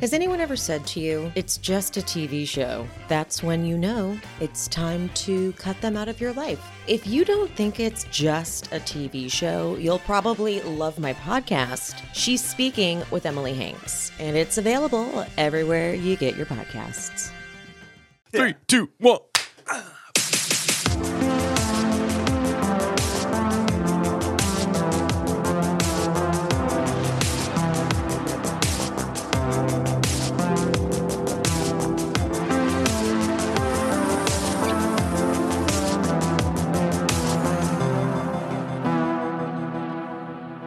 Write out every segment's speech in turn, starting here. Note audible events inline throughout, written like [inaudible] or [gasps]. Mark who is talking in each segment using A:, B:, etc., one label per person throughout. A: Has anyone ever said to you, it's just a TV show? That's when you know it's time to cut them out of your life. If you don't think it's just a TV show, you'll probably love my podcast, She's Speaking with Emily Hanks, and it's available everywhere you get your podcasts.
B: Three, two, one.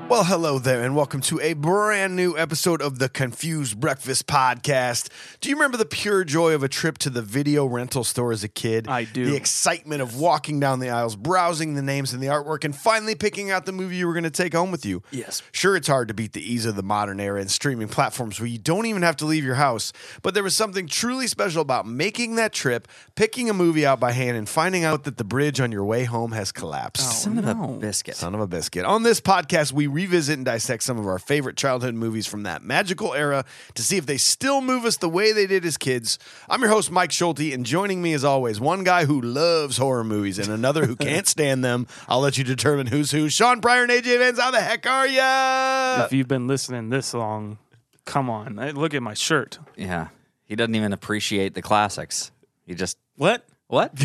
C: Well, hello there, and welcome to a brand new episode of the Confused Breakfast Podcast. Do you remember the pure joy of a trip to the video rental store as a kid?
B: I do.
C: The excitement of walking down the aisles, browsing the names and the artwork, and finally picking out the movie you were going to take home with you.
B: Yes.
C: Sure, it's hard to beat the ease of the modern era and streaming platforms where you don't even have to leave your house, but there was something truly special about making that trip, picking a movie out by hand, and finding out that the bridge on your way home has collapsed.
B: Oh,
D: Son of a biscuit.
C: Son of a biscuit. On this podcast, we revisit and dissect some of our favorite childhood movies from that magical era to see if they still move us the way they did as kids. I'm your host, Mike Schulte, and joining me as always, one guy who loves horror movies and another who can't stand them. I'll let you determine who's who. Sean Pryor and AJ Vans, how the heck are ya?
B: If you've been listening this long, come on. Hey, Look at my shirt.
D: Yeah. He doesn't even appreciate the classics. He just
B: What?
D: what?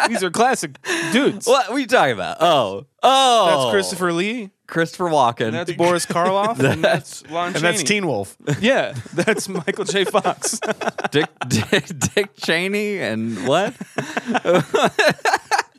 D: [laughs]
B: These are classic dudes.
D: what? What are you talking about? Oh, oh,
B: That's Christopher Lee.
D: Christopher Walken.
B: That's Boris [laughs] Karloff. and that's Lon
C: And that's
B: Chaney.
C: Teen Wolf.
B: Yeah, that's Michael J. Fox.
D: [laughs] Dick, Dick Dick Cheney and
C: [laughs]
D: what?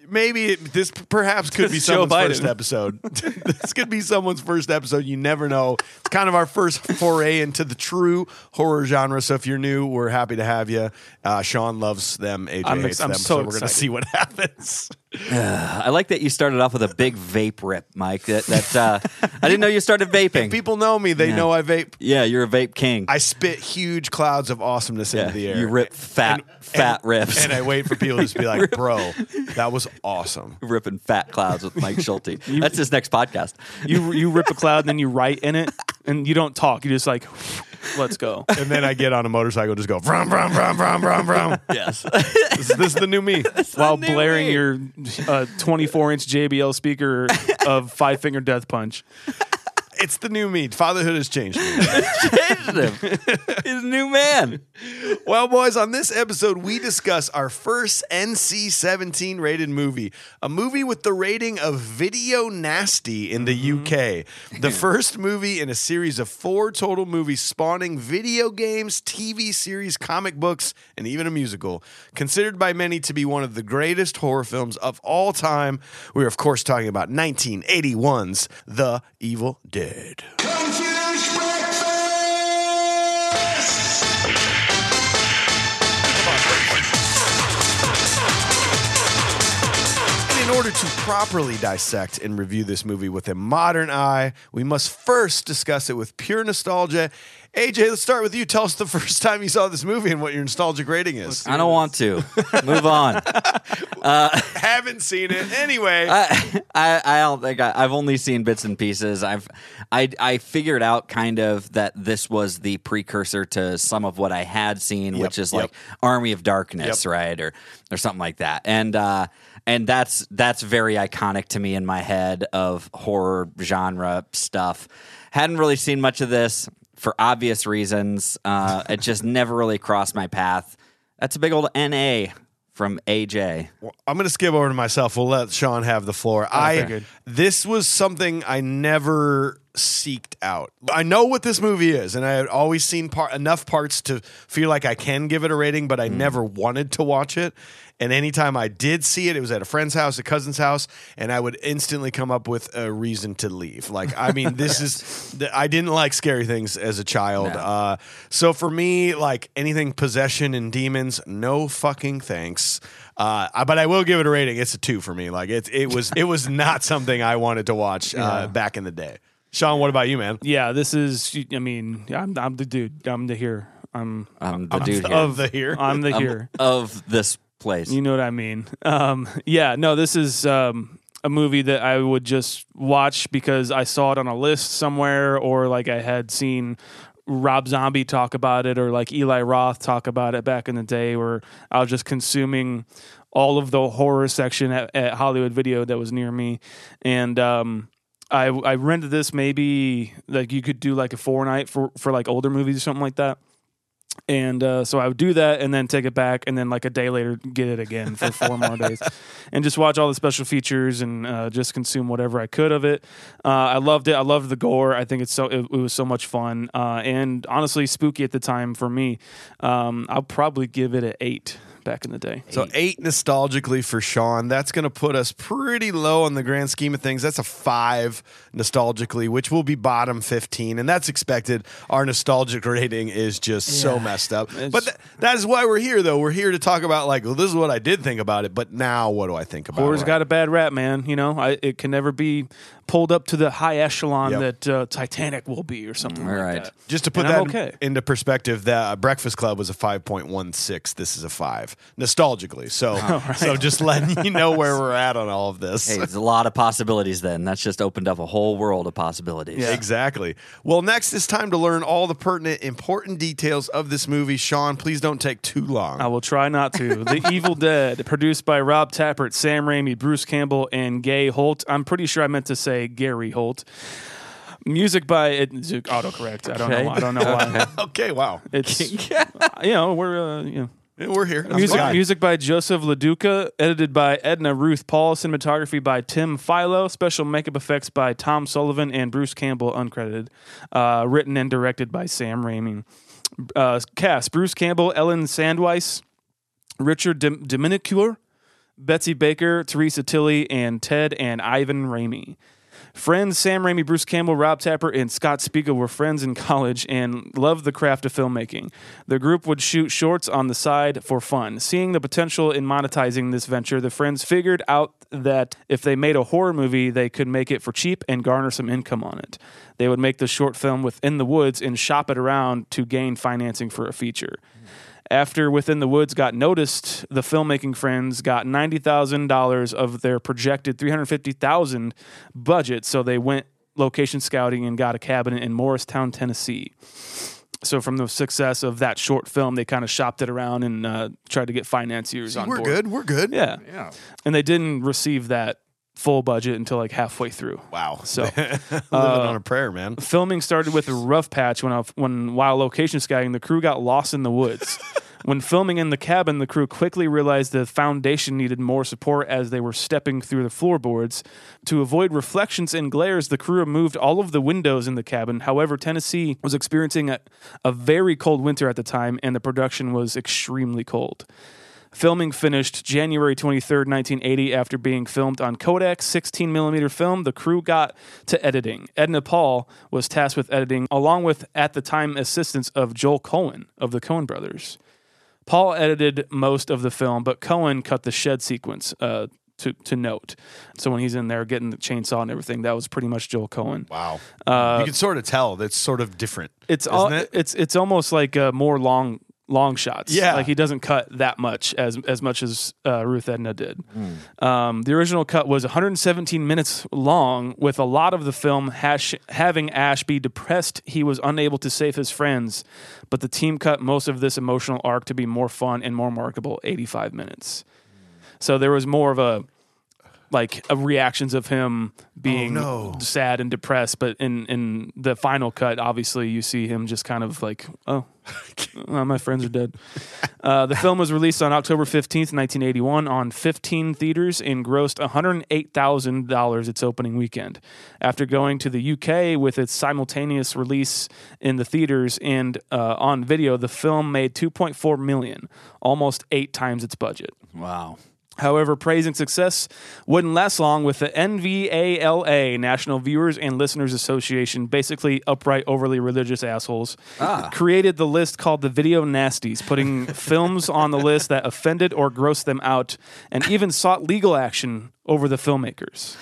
C: Maybe it, this p- perhaps
B: [laughs]
C: could be
B: It's Joe
C: someone's
B: Biden.
C: first episode. [laughs] this could be someone's first episode. You never know. It's kind of our first foray into the true horror genre. So if you're new, we're happy to have you. Uh, Sean loves them. AJ
B: I'm ex-
C: hates
B: I'm
C: them.
B: so
C: we're gonna
B: excited.
C: see what [laughs] happens.
D: I like that you started off with a big vape rip, Mike. That, that uh, I didn't know you started vaping.
C: People know me. They know I vape.
D: yeah, you're a vape king.
C: I spit huge clouds of awesomeness
D: yeah,
C: into the air.
D: You rip fat, fat rips.
C: And I wait for people to
B: [laughs]
C: just be like, "Bro, that was awesome."
D: [laughs] ripping fat clouds with Mike
C: [laughs]
D: Schulte. That's his next podcast.
B: [laughs] you you rip a cloud and then you write in it, and you don't talk. You just like, [laughs] let's [laughs] go.
C: And then I get on a motorcycle, just go vroom vroom vroom vroom vroom vroom.
D: Yes.
C: This, this is the new
B: [laughs]
C: me.
B: While
D: new
B: blaring
D: me.
B: your 24 inch JBL [laughs] speaker of Five Finger Death Punch.
C: It's the new me. Fatherhood has changed me.
D: changed him. [laughs] He's a new
C: [laughs]
D: man.
C: Well, boys, on this episode, we discuss our first NC 17 rated movie, a movie with the rating of Video Nasty in the UK. The first movie in a series of four total movies spawning video games, TV series, comic books, and even a musical. Considered by many to be one of the greatest horror films of all time, we're, of course, talking about 1981's The Evil Dead.
E: Confused breakfast.
C: And in order to properly dissect and review this movie with a modern eye, we must first discuss it with pure nostalgia. AJ, let's start with you. Tell us the [laughs] first time you saw this movie and what your nostalgic rating is.
D: I don't want to.
C: [laughs]
D: Move on.
C: haven't seen it anyway.
D: I, [laughs] I I don't think I, I've only seen bits and pieces. I've I I figured out kind of that this was the precursor to some of what I had seen, which is like Army of Darkness,
C: Yep.
D: right, or or something like that. And uh, and that's that's very iconic to me in my head of horror genre stuff. Hadn't really seen much of this for obvious reasons. Uh, it just never really crossed my path. That's a big old NA from AJ.
C: Well, I'm going to skip over to myself. We'll let Sean have the floor. I
B: figured.
C: this was something I never seeked out. I know what this movie is, and I had always seen par- enough parts to feel like I can give it a rating, but I never wanted to watch it. And anytime I did see it, it was at a friend's house, a cousin's house, and I would instantly come up with a reason to leave. Like, I mean, this is, th- I didn't like scary things as a child. Uh, so for me, like anything possession and demons, no fucking thanks. Uh, I- but I will give it a rating. It's a two for me. Like it, it was, it was not something I wanted to watch uh, back in the day. Sean, what about you, man?
B: Yeah, this is, I mean, I'm, I'm the dude. I'm the here. I'm,
D: I'm um, the dude here.
C: Of the here,
B: I'm the here.
D: of this place.
B: You know what I mean? Um, yeah, no, this is um, a movie that I would just watch because I saw it on a list somewhere or like I had seen Rob Zombie talk about it or like Eli Roth talk about it back in the day where I was just consuming all of the horror section at, at Hollywood Video that was near me. And um, I, I rented this maybe like you could do like a four night for, for like older movies or something like that. And uh, so I would do that and then take it back and then like a day later get it again for four more days and just watch all the special features and uh, just consume whatever I could of it. Uh, I loved it. I loved the gore. I think it's so it, it was so much fun uh, and honestly spooky at the time for me. Um, I'll probably give it an eight back in the day.
C: So eight nostalgically for Sean. That's going to put us pretty low on the grand scheme of things. That's a five nostalgically, which will be bottom fifteen, and that's expected. Our nostalgic rating is just so messed up. But th- that is why we're here, though. We're here to talk about like, well, this is what I did think about it, but now what do I think about
B: Horror's
C: it?
B: got a bad rap, man. You know, I, it can never be pulled up to the high echelon
C: Yep. Mm,
B: that uh, Titanic will be or something like
D: right.
B: that.
C: Just to put
B: And
C: that
B: I'm
C: in-
B: okay.
C: into perspective, that uh, Breakfast Club was a 5.16. This is a 5 nostalgically. So
B: [laughs]
C: so just letting you know where we're at on all of this.
D: Hey, there's a lot of possibilities then. That's just opened up a whole world of possibilities.
C: Exactly. Well, next it's time to learn all the pertinent important details of this movie. Sean, please don't take too long.
B: I will try not to. the Evil Dead, produced by Rob Tappert, Sam Raimi, Bruce Campbell, and Gay Holt. I'm pretty sure I meant to say Gary Holt. Music by it, autocorrect. I don't
D: Okay.
B: know. I don't know why.
C: okay, wow.
B: It's you know we're uh, you know.
C: Yeah, We're here. I'm
B: Music,
C: glad.
B: music by Joseph LaDuca, edited by Edna Ruth Paul, cinematography by Tim Philo, special makeup effects by Tom Sullivan and Bruce Campbell, uncredited, uh, written and directed by Sam Raimi. Uh, cast Bruce Campbell, Ellen Sandweiss, Richard Dim- Dominicure, Betsy Baker, Teresa Tilly, and Ted and Ivan Raimi. Friends Sam Raimi, Bruce Campbell, Rob Tapper, and Scott Spiegel were friends in [laughs] college and loved the craft of filmmaking. The group would shoot shorts on the side for fun. Seeing the potential in monetizing this venture, the friends figured out that if they made a horror movie, they could make it for cheap and garner some income on it. They would make the short film within the woods and shop it around to gain financing for a feature. After Within the Woods got noticed, the filmmaking friends got ninety thousand dollars of their projected three hundred fifty thousand budget, so they went location scouting and got a cabin in Morristown, Tennessee. So from the success of that short film, they kind of shopped it around and uh, tried to get financiers on
C: We're
B: board.
C: good. We're good.
B: Yeah. yeah, and they didn't receive that full budget until like halfway through.
C: Wow.
B: So
C: [laughs]
B: uh,
C: Living on a prayer, man.
B: filming started with a rough patch when I, when while location scouting, the crew got lost in the woods. when filming in the cabin, the crew quickly realized the foundation needed more support as they were stepping through the floorboards. To avoid reflections and glares, the crew removed all of the windows in the cabin. However, Tennessee was experiencing a, a very cold winter at the time, and the production was extremely cold. Filming finished January 23rd, 1980, after being filmed on Kodak 16mm film. The crew got to editing. Edna Paul was tasked with editing, along with, at the time, assistance of Joel Cohen of the Cohen brothers. Paul edited most of the film, but Cohen cut the shed sequence uh, to, to note. So when he's in there getting the chainsaw and everything, that was pretty much Joel Cohen.
C: Wow. you can sort of tell that's sort of different.
B: uh, It's all,
C: it?
B: it's it's almost like uh, more long long shots.
C: Yeah.
B: like he doesn't cut that much as as much as uh, Ruth Edna did.
C: Hmm.
B: Um, the original cut was 117 minutes long, with a lot of the film hash, having Ash be depressed. He was unable to save his friends, but the team cut most of this emotional arc to be more fun and more marketable. 85 minutes, so there was more of a like uh, reactions of him being
C: no.
B: sad and depressed. But in in the final cut, obviously you see him just kind of like, oh, uh, my friends are dead. Uh, the film was released on October fifteenth, nineteen eighty one, on fifteen theaters and grossed one hundred eight thousand dollars its opening weekend. After going to the UK with its simultaneous release in the theaters and uh, on video, the film made two point four million, almost eight times its budget.
D: Wow.
B: However, praise and success wouldn't last long with the NVALA, National Viewers and Listeners Association, basically upright, overly religious assholes,
C: Ah.
B: created the list called the Video
C: [laughs]
B: Nasties, putting films on the list that offended or grossed them out, and even sought legal action over the filmmakers.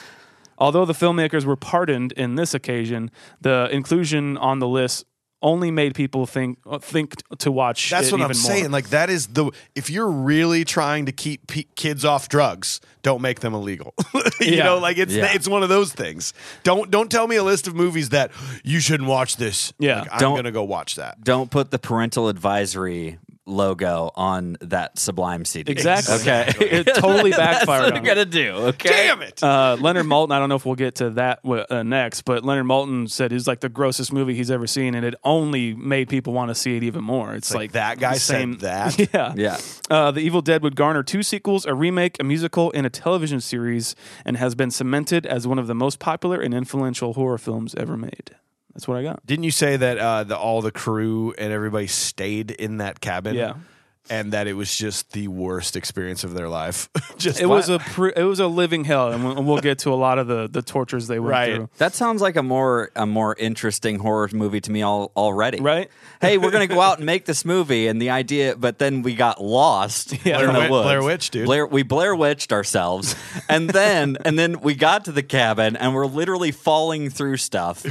B: Although the filmmakers were pardoned in this occasion, the inclusion on the list only made people think uh, think to watch.
C: That's
B: it
C: what I'm
B: even more.
C: saying. Like that is the if you're really trying to keep pe- kids off drugs, don't make them illegal. [laughs] you
B: Yeah.
C: know, like it's
D: Yeah.
C: it's one of those things. Don't don't tell me a list of movies that you shouldn't watch this.
B: Yeah.
C: Like, I'm
D: Don't-
C: gonna go watch that.
D: Don't put the parental advisory logo on that Sublime CD.
B: Exactly.
D: Okay.
B: [laughs] It
C: [laughs]
B: totally
D: That's
B: backfired.
D: what
B: on
D: I'm
B: me.
D: gonna do. Okay.
C: Damn it!
B: Uh, Leonard Maltin, I don't know if we'll get to that w- uh, next, but Leonard Maltin said it's like the grossest movie he's ever seen, and it only made people want to see it even more. It's,
C: like, that guy
B: the same-
C: said that.
B: [laughs] Yeah.
D: Yeah.
B: Uh, the Evil Dead would garner two sequels, a remake, a musical, and a television series, and has been cemented as one of the most popular and influential horror films ever made. That's what I
C: [laughs]
B: got.
C: Didn't you say that uh, the, all the crew and everybody stayed in that cabin?
B: Yeah.
C: And that it was just the worst experience of their life. [laughs] just
B: It was a pr it was a living hell, and we'll, we'll get to a lot of the, the tortures they went
C: Right.
B: through.
D: That sounds like a more a more interesting horror movie to me all, already.
B: Right?
D: [laughs] Hey, we're gonna go out and make this movie, and the idea, but then we
C: [laughs]
D: got lost
B: Yeah.
C: Blair
D: in the
C: Wi-
D: woods.
C: Blair Witch, dude.
D: Blair, we Blair Witched ourselves,
C: [laughs]
D: and then and then we got to the cabin, and we're literally falling through stuff.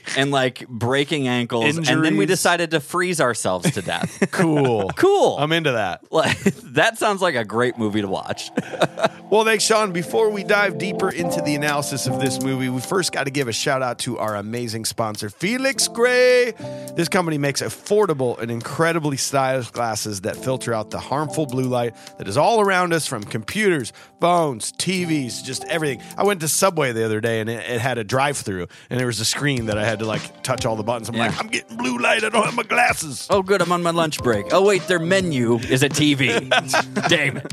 C: [laughs]
D: And like breaking ankles, and then we
B: Injuries.
D: decided to freeze ourselves to death.
C: [laughs] cool.
D: cool.
C: I'm into that.
D: Like that sounds like a great movie to watch.
C: Well, thanks, Sean. Before we dive deeper into the analysis of this movie, we first got to give a shout out to our amazing sponsor, Felix Gray. This company makes affordable and incredibly stylish glasses that filter out the harmful blue light that is all around us from computers, phones, TVs, just everything. I went to Subway the other day and it, it had a drive through, and there was a screen that I had to like touch all the buttons. I'm
D: Yeah.
C: like, I'm getting blue light. I don't have my glasses.
D: Oh, good, I'm on my lunch break. Oh wait, their menu is a
C: [laughs]
D: TV. Damn it.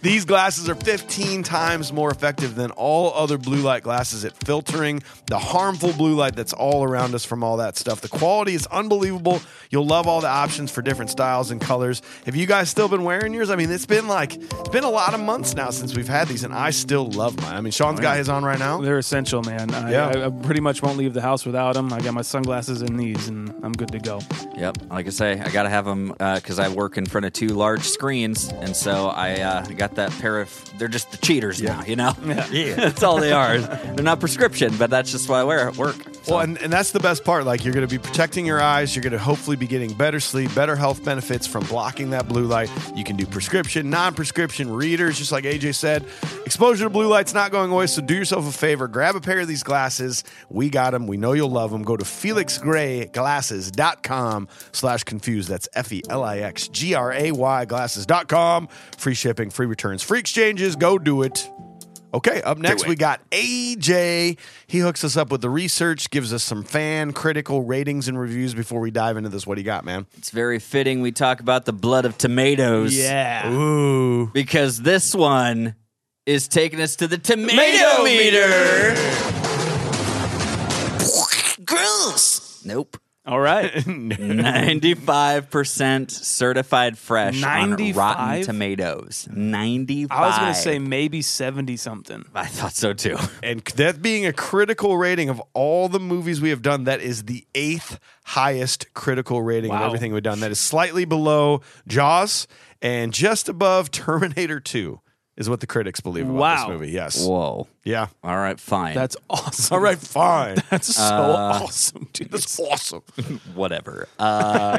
C: These glasses are 15 times more effective than all other blue light glasses at filtering the harmful blue light that's all around us from all that stuff. The quality is unbelievable. You'll love all the options for different styles and colors. Have you guys still been wearing yours? I mean, it's been like it's been a lot of months now since we've had these, and I still love mine. I mean, Sean's got his on right now.
B: They're essential, man. I,
C: Yeah.
B: I, I pretty much won't leave the house without them. I got my sunglasses and these, and I'm good to go.
D: Yep. Like I say, I gotta have them because I work in front of two large screens, and so I uh, got that pair of. They're just the cheaters now, you know. [laughs] Yeah. that's all they are. They're not prescription, but that's just why I wear at work. So-
C: Well, and, and that's the best part. Like, you're going to be protecting your eyes. You're going to hopefully be getting better sleep, better health benefits from blocking that blue light. You can do prescription, non prescription readers, just like AJ said. Exposure to blue light's not going away, so do yourself a favor. Grab a pair of these glasses. We got them. We know you'll love them. Go to felixgrayglasses.com slash confused. That's F E L I X G R A Y glasses.com. Free shipping, free returns, free exchanges. Go do it. Okay, up next we got AJ. He hooks us up with the research, gives us some fan critical ratings and reviews before we dive into this. What do you got, man?
D: It's very fitting we talk about the blood of tomatoes.
C: Ooh.
D: Because this one is taking us to the tomato meter. Gross. Nope.
B: All
C: [laughs]
B: right.
D: 95% certified fresh on Rotten
B: 95?
D: Tomatoes. 95.
B: I was going to say maybe 70 something.
D: I thought so too.
C: And that being a critical rating of all the movies we have done, that is the eighth highest critical rating of
B: Wow.
C: everything we've done. That is slightly below Jaws and just above Terminator 2, is what the critics believe about
B: Wow.
C: this movie. Yes.
D: Whoa.
C: Yeah.
D: All right, fine.
B: That's [laughs] awesome.
C: All right, [laughs] fine.
B: That's so
D: Uh,
B: awesome, dude.
C: That's awesome.
D: whatever. Uh,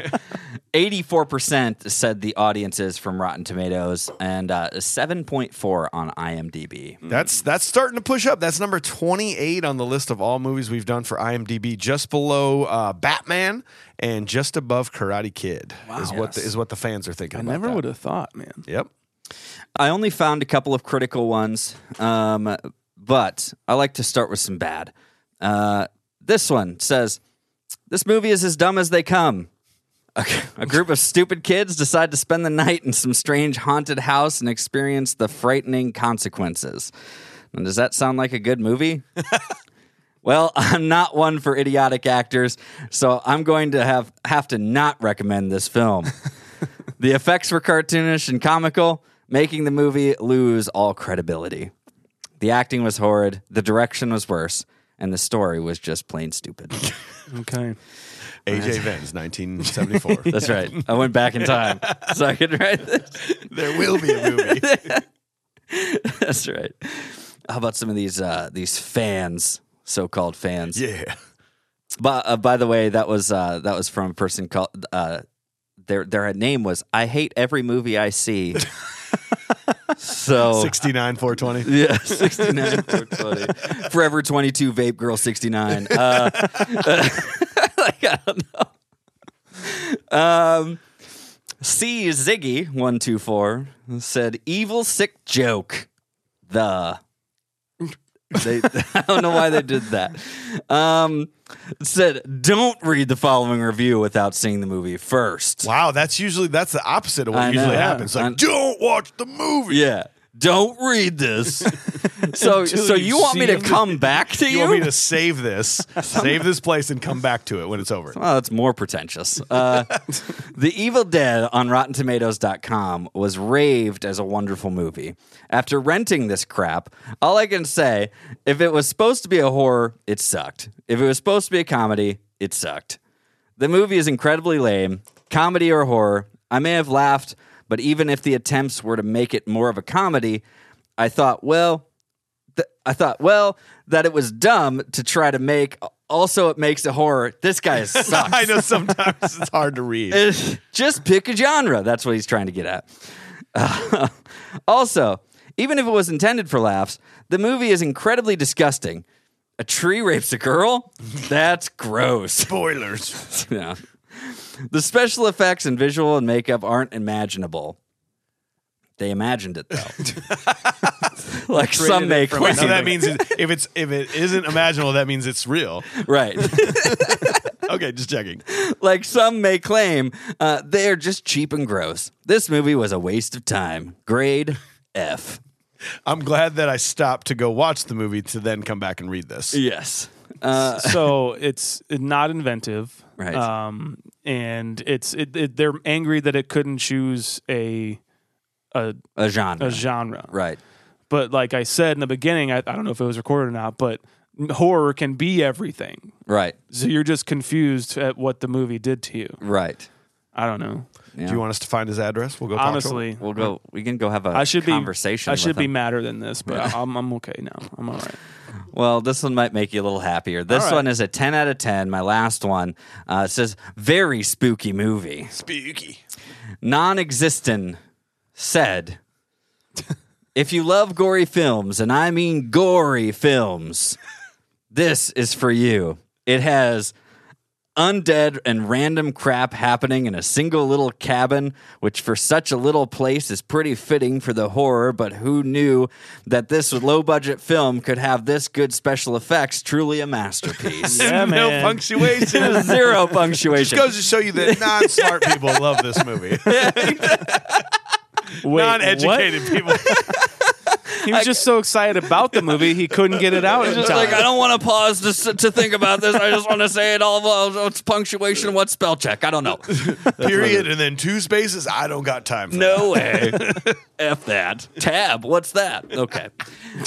D: 84% said the audiences from Rotten Tomatoes and uh, 7.4 on IMDb.
C: That's that's starting to push up. That's number 28 on the list of all movies we've done for IMDb, just below uh, Batman and just above Karate Kid. Is what the, is what the fans are thinking.
B: I
C: about
B: never
C: that.
B: would have thought, man.
C: Yep.
D: I only found a couple of critical ones, um, but I like to start with some bad. Uh, this one says, This movie is as dumb as they come. A, a group of stupid kids decide to spend the night in some strange haunted house and experience the frightening consequences. And does that sound like a good movie? Well, I'm not one for idiotic actors, so I'm going to have, have to not recommend this film. the effects were cartoonish and comical, making the movie lose all credibility. The acting was horrid, the direction was worse, and the story was just plain stupid.
B: Okay.
C: AJ Venn's
D: [laughs]
C: 1974.
D: That's right. I went back in time so I could write this.
C: there will be a movie.
D: That's right. How about some of these uh, these fans, so-called fans?
C: [laughs] Yeah.
D: But uh, by the way, that was uh, that was from a person called uh, their their name was I hate every movie I see. so
C: 69 420. [laughs]
D: yeah, 69 [laughs] for 20. Forever 22 vape girl 69. Uh, [laughs] like, I don't know. Um, C Ziggy 124 said evil sick joke. The they, [laughs] I don't know why they did that. Um, said don't read the following review without seeing the movie first.
C: Wow, that's usually that's the opposite of what
D: I
C: usually
D: know.
C: happens. Like,
D: I-
C: don't watch the movie.
D: Yeah. Don't read
C: [laughs]
D: this. so so
B: you
D: you want me
B: see
D: to
B: the-
D: come back to
C: You want me to save this, save this place, and come back to it when it's over.
D: Well, that's more pretentious. Uh, the Evil Dead on RottenTomatoes.com was raved as a wonderful movie. After renting this crap, all I can say, if it was supposed to be a horror, it sucked. If it was supposed to be a comedy, it sucked. The movie is incredibly lame, comedy or horror. I may have laughed, but even if the attempts were to make it more of a comedy, I thought, well, th- I thought, well, that it was dumb to try to make. Also, it makes a horror. This guy sucks.
C: [laughs] I know sometimes it's hard to read.
D: It's- just pick a genre. That's what he's trying to get at. Uh, [laughs] also, even if it was intended for laughs, the movie is incredibly disgusting. A tree rapes a girl? That's gross. [laughs]
C: Spoilers.
D: Yeah. The special effects and visual and makeup aren't imaginable. They imagined it though. like some make
C: Wait, so that means it, if it's if it isn't imaginable, that means it's real.
D: [laughs] right.
C: Okay, just checking.
D: like some may claim, uh, they're just cheap and gross. This movie was a waste of time. Grade F.
C: I'm glad that I stopped to go watch the movie to then come back and read this.
D: Yes. Uh,
B: so it's not inventive,
D: Right.
B: Um, and it's it, it, they're angry that it couldn't choose a a,
D: a genre.
B: a genre,
D: Right.
B: But like I said in the beginning, I, I don't know if it was recorded or not, but horror can be everything.
D: Right.
B: So you're just confused at what the movie did to you.
D: Right.
B: I don't know.
C: Do you want us to find his address? We'll go. talk to him.
B: Honestly,
D: We'll go. We can go have a
B: I should be
D: conversation.
B: I
D: with
B: should be
D: him.
B: madder than this, but I'm I'm okay now. I'm all
D: [laughs]
B: right.
D: Well, this one might make you a little happier. This
B: All right.
D: one is a 10 out of 10. My last one uh, it says very spooky movie.
C: Spooky.
D: non existent said, If you love gory films, and I mean gory films, this is for you. It has undead and random crap happening in a single little cabin, which for such a little place is pretty fitting for the horror, but who knew that this low budget film could have this good special effects? Truly a masterpiece.
C: [laughs]
B: Yeah,
C: no
B: man.
C: punctuation.
B: [laughs]
D: [laughs] Zero punctuation.
C: Just goes to show you that non-smart people love this movie.
B: Wait,
C: Non-educated people.
B: [laughs] What? He was just so excited about the movie he couldn't get it
D: [laughs]
B: out in
D: Just
B: time.
D: like I don't want to pause to, s- to think about this. I just want to say it all. Well, it's punctuation. What spell check? I don't know.
C: Period, and then two spaces. I don't got time. For
D: No way. F that tab. What's that? Okay.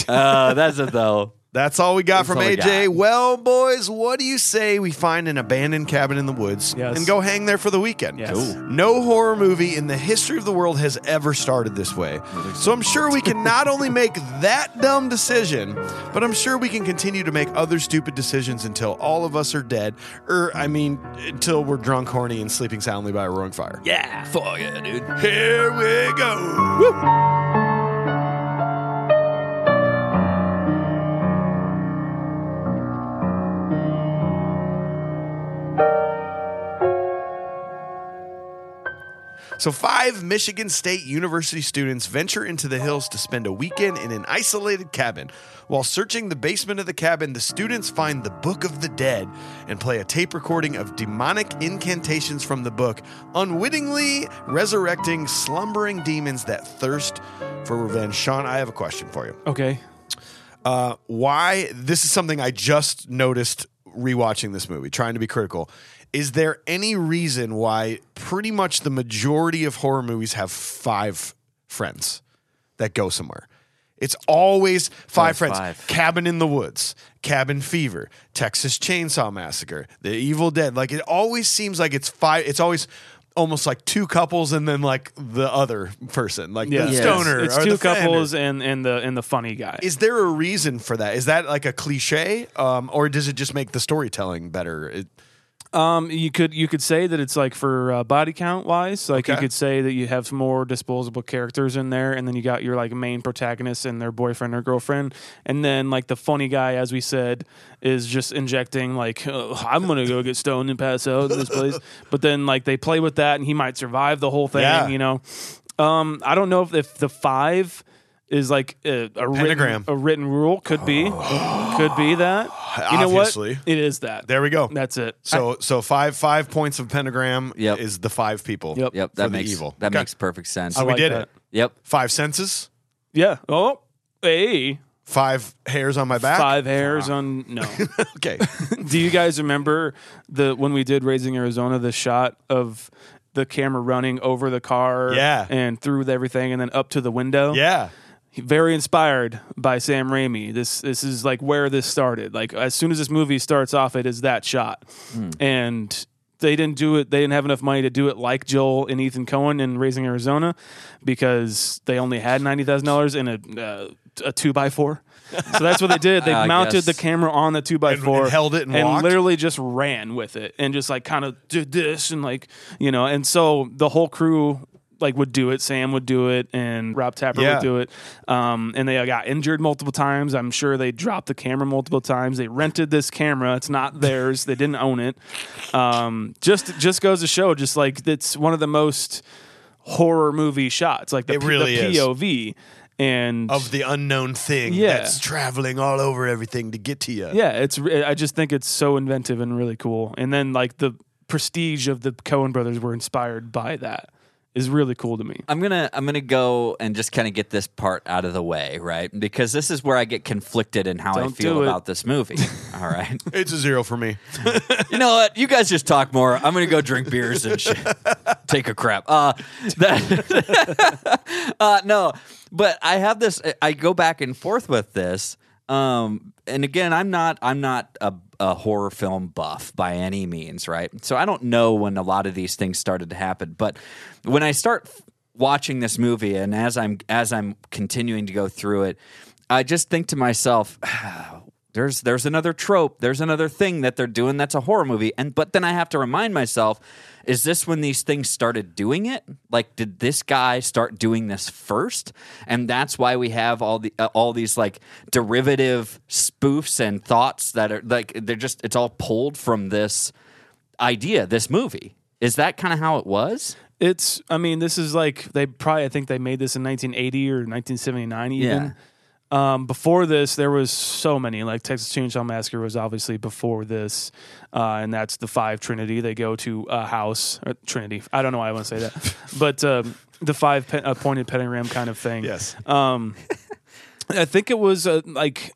D: Uh, that's it though.
C: That's all we got from
D: all we
C: AJ.
D: got.
C: Well, boys, what do you say we find an abandoned cabin in the woods
B: Yes.
C: and go hang there for the weekend?
B: Yes. Cool.
C: No horror movie in the history of the world has ever started this way. So I'm sure we can not only make that dumb decision, but I'm sure we can continue to make other stupid decisions until all of us are dead, or I mean, until we're drunk, horny, and sleeping soundly by a roaring fire.
D: Yeah. For you, dude.
C: Here we go. Woo. So, five Michigan State University students venture into the hills to spend a weekend in an isolated cabin. While searching the basement of the cabin, the students find the Book of the Dead and play a tape recording of demonic incantations from the book, unwittingly resurrecting slumbering demons that thirst for revenge. Sean, I have a question for you.
B: okay.
C: Uh, why? This is something I just noticed rewatching this movie, trying to be critical. Is there any reason why pretty much the majority of horror movies have five friends that go somewhere? It's always five
D: Always
C: friends.
D: five.
C: Cabin in the Woods, Cabin Fever, Texas Chainsaw Massacre, The Evil Dead. Like it always seems like it's five. It's always almost like two couples and then like the other person, like
B: Yeah.
C: the
D: Yes.
C: stoner.
B: It's
C: or
B: two
C: the fan or-
B: couples and and the and the funny guy.
C: Is there a reason for that? Is that like a cliche, um, or does it just make the storytelling better? It,
B: Um, you could you could say that it's like for uh, body count wise, like you
C: Okay.
B: could say that you have some more disposable characters in there, and then you got your like main protagonist and their boyfriend or girlfriend, and then like the funny guy, as we said, is just injecting like oh, I'm gonna go get stoned and pass out in
C: [laughs]
B: this place, but then like they play with that, and he might survive the whole thing,
C: Yeah.
B: you know. Um, I don't know if, if the five is like a, a written
C: Pentagram.
B: a written rule
C: [gasps]
B: could be could be that you know
C: Obviously.
B: what it is that
C: there we go.
B: that's it.
C: so so five five points of pentagram
D: Yep.
C: is the five people.
B: Yep.
D: Yep,
C: For
D: that
C: the
D: makes
C: evil.
D: that
C: Okay.
D: makes perfect sense.
B: I
C: We
B: like
C: did
B: that.
C: it.
D: yep.
C: Five senses,
B: Yeah. Oh, hey.
C: five hairs on my back.
B: Five hairs on no.
C: [laughs]
B: [laughs]
C: Okay.
B: Do you guys remember the when we did Raising Arizona, the shot of the camera running over the car
C: Yeah.
B: and through everything and then up to the window?
C: yeah.
B: Very inspired by Sam Raimi. This this is like where this started. Like as soon as this movie starts off, it is that shot.
D: Hmm.
B: And they didn't do it they didn't have enough money to do it like Joel and Ethan Cohen in Raising Arizona because they only had ninety thousand dollars in a uh, a two by four. So that's what they did. They
D: [laughs] I
B: mounted
D: guess.
B: the camera on the two by
C: And-
B: four,
C: and held it and walked?
B: literally just ran with it, and just like kind of did this and like you know, and so the whole crew like would do it. Sam would do it, and Rob Tapper
C: Yeah.
B: would do it. Um, and they got injured multiple times. I'm sure they dropped the camera multiple times. They rented this camera; it's not theirs. they didn't own it. Um, just just goes to show, just like it's one of the most horror movie shots, like the,
C: It
B: P-
C: really
B: the
C: is. Oh,
B: POV. And
C: Of the unknown thing
B: Yeah.
C: that's traveling all over everything to get to you.
B: Yeah, it's. re- I just think it's so inventive and really cool. And then like the prestige of the Cohen brothers were inspired by that is really cool to me.
D: I'm gonna I'm gonna go and just kind of get this part out of the way, right? Because this is where I get conflicted in how I
B: Don't do
D: feel
B: it.
D: about this movie. All right,
C: It's a zero for me.
D: [laughs] you know what? You guys just talk more. I'm gonna go drink beers and shit. take a crap. Uh, that- [laughs] uh, no, but I have this. I go back and forth with this. Um, and again, I'm not I'm not a, a horror film buff by any means, right? So I don't know when a lot of these things started to happen. But when I start watching this movie, and as I'm as I'm continuing to go through it, I just think to myself. [sighs] there's there's another trope there's another thing that they're doing that's a horror movie and but then i have to remind myself is this when these things started doing it like did this guy start doing this first and that's why we have all the uh, all these like derivative spoofs and thoughts that are like they're just it's all pulled from this idea this movie is that kind of how it was
B: It's. I mean, this is like they probably. I think they made this in 1980 or 1979 even.
D: Yeah.
B: Um, before this, there was so many. Like Texas Chainsaw Massacre was obviously before this, uh, and that's the Five Trinity. They go to a house or Trinity. I don't know why I want to say that, but um, the five pe- uh, pointed pentagram kind of thing.
C: Yes.
B: I think it was uh, like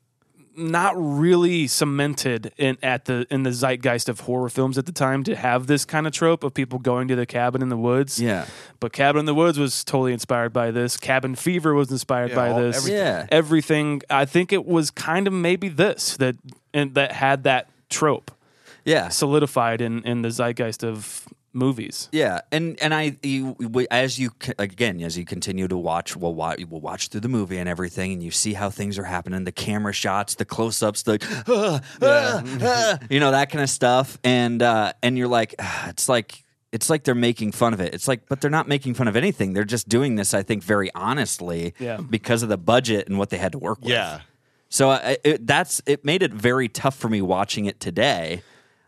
B: not really cemented in at the in the zeitgeist of horror films at the time to have this kind of trope of people going to the cabin in the woods.
D: Yeah.
B: But Cabin in the Woods was totally inspired by this. Cabin Fever was inspired by
C: all-
B: this.
C: everything.
D: Yeah.
B: Everything. I think it was kind of maybe this that and that had that trope
D: yeah
B: solidified in in the zeitgeist of movies.
D: Yeah, and and I you, we- as you c- again as you continue to watch, we'll watch we'll watch through the movie and everything, and you see how things are happening, the camera shots, the close ups, the "Ah, ah, ah," you know that kind of stuff, and uh, and you're like, "Ah," it's like. It's like they're making fun of it. It's like, but they're not making fun of anything. They're just doing this, I think, very honestly,
B: Yeah.
D: because of the budget and what they had to work with.
C: Yeah.
D: So I, it, that's it made it very tough for me watching it today,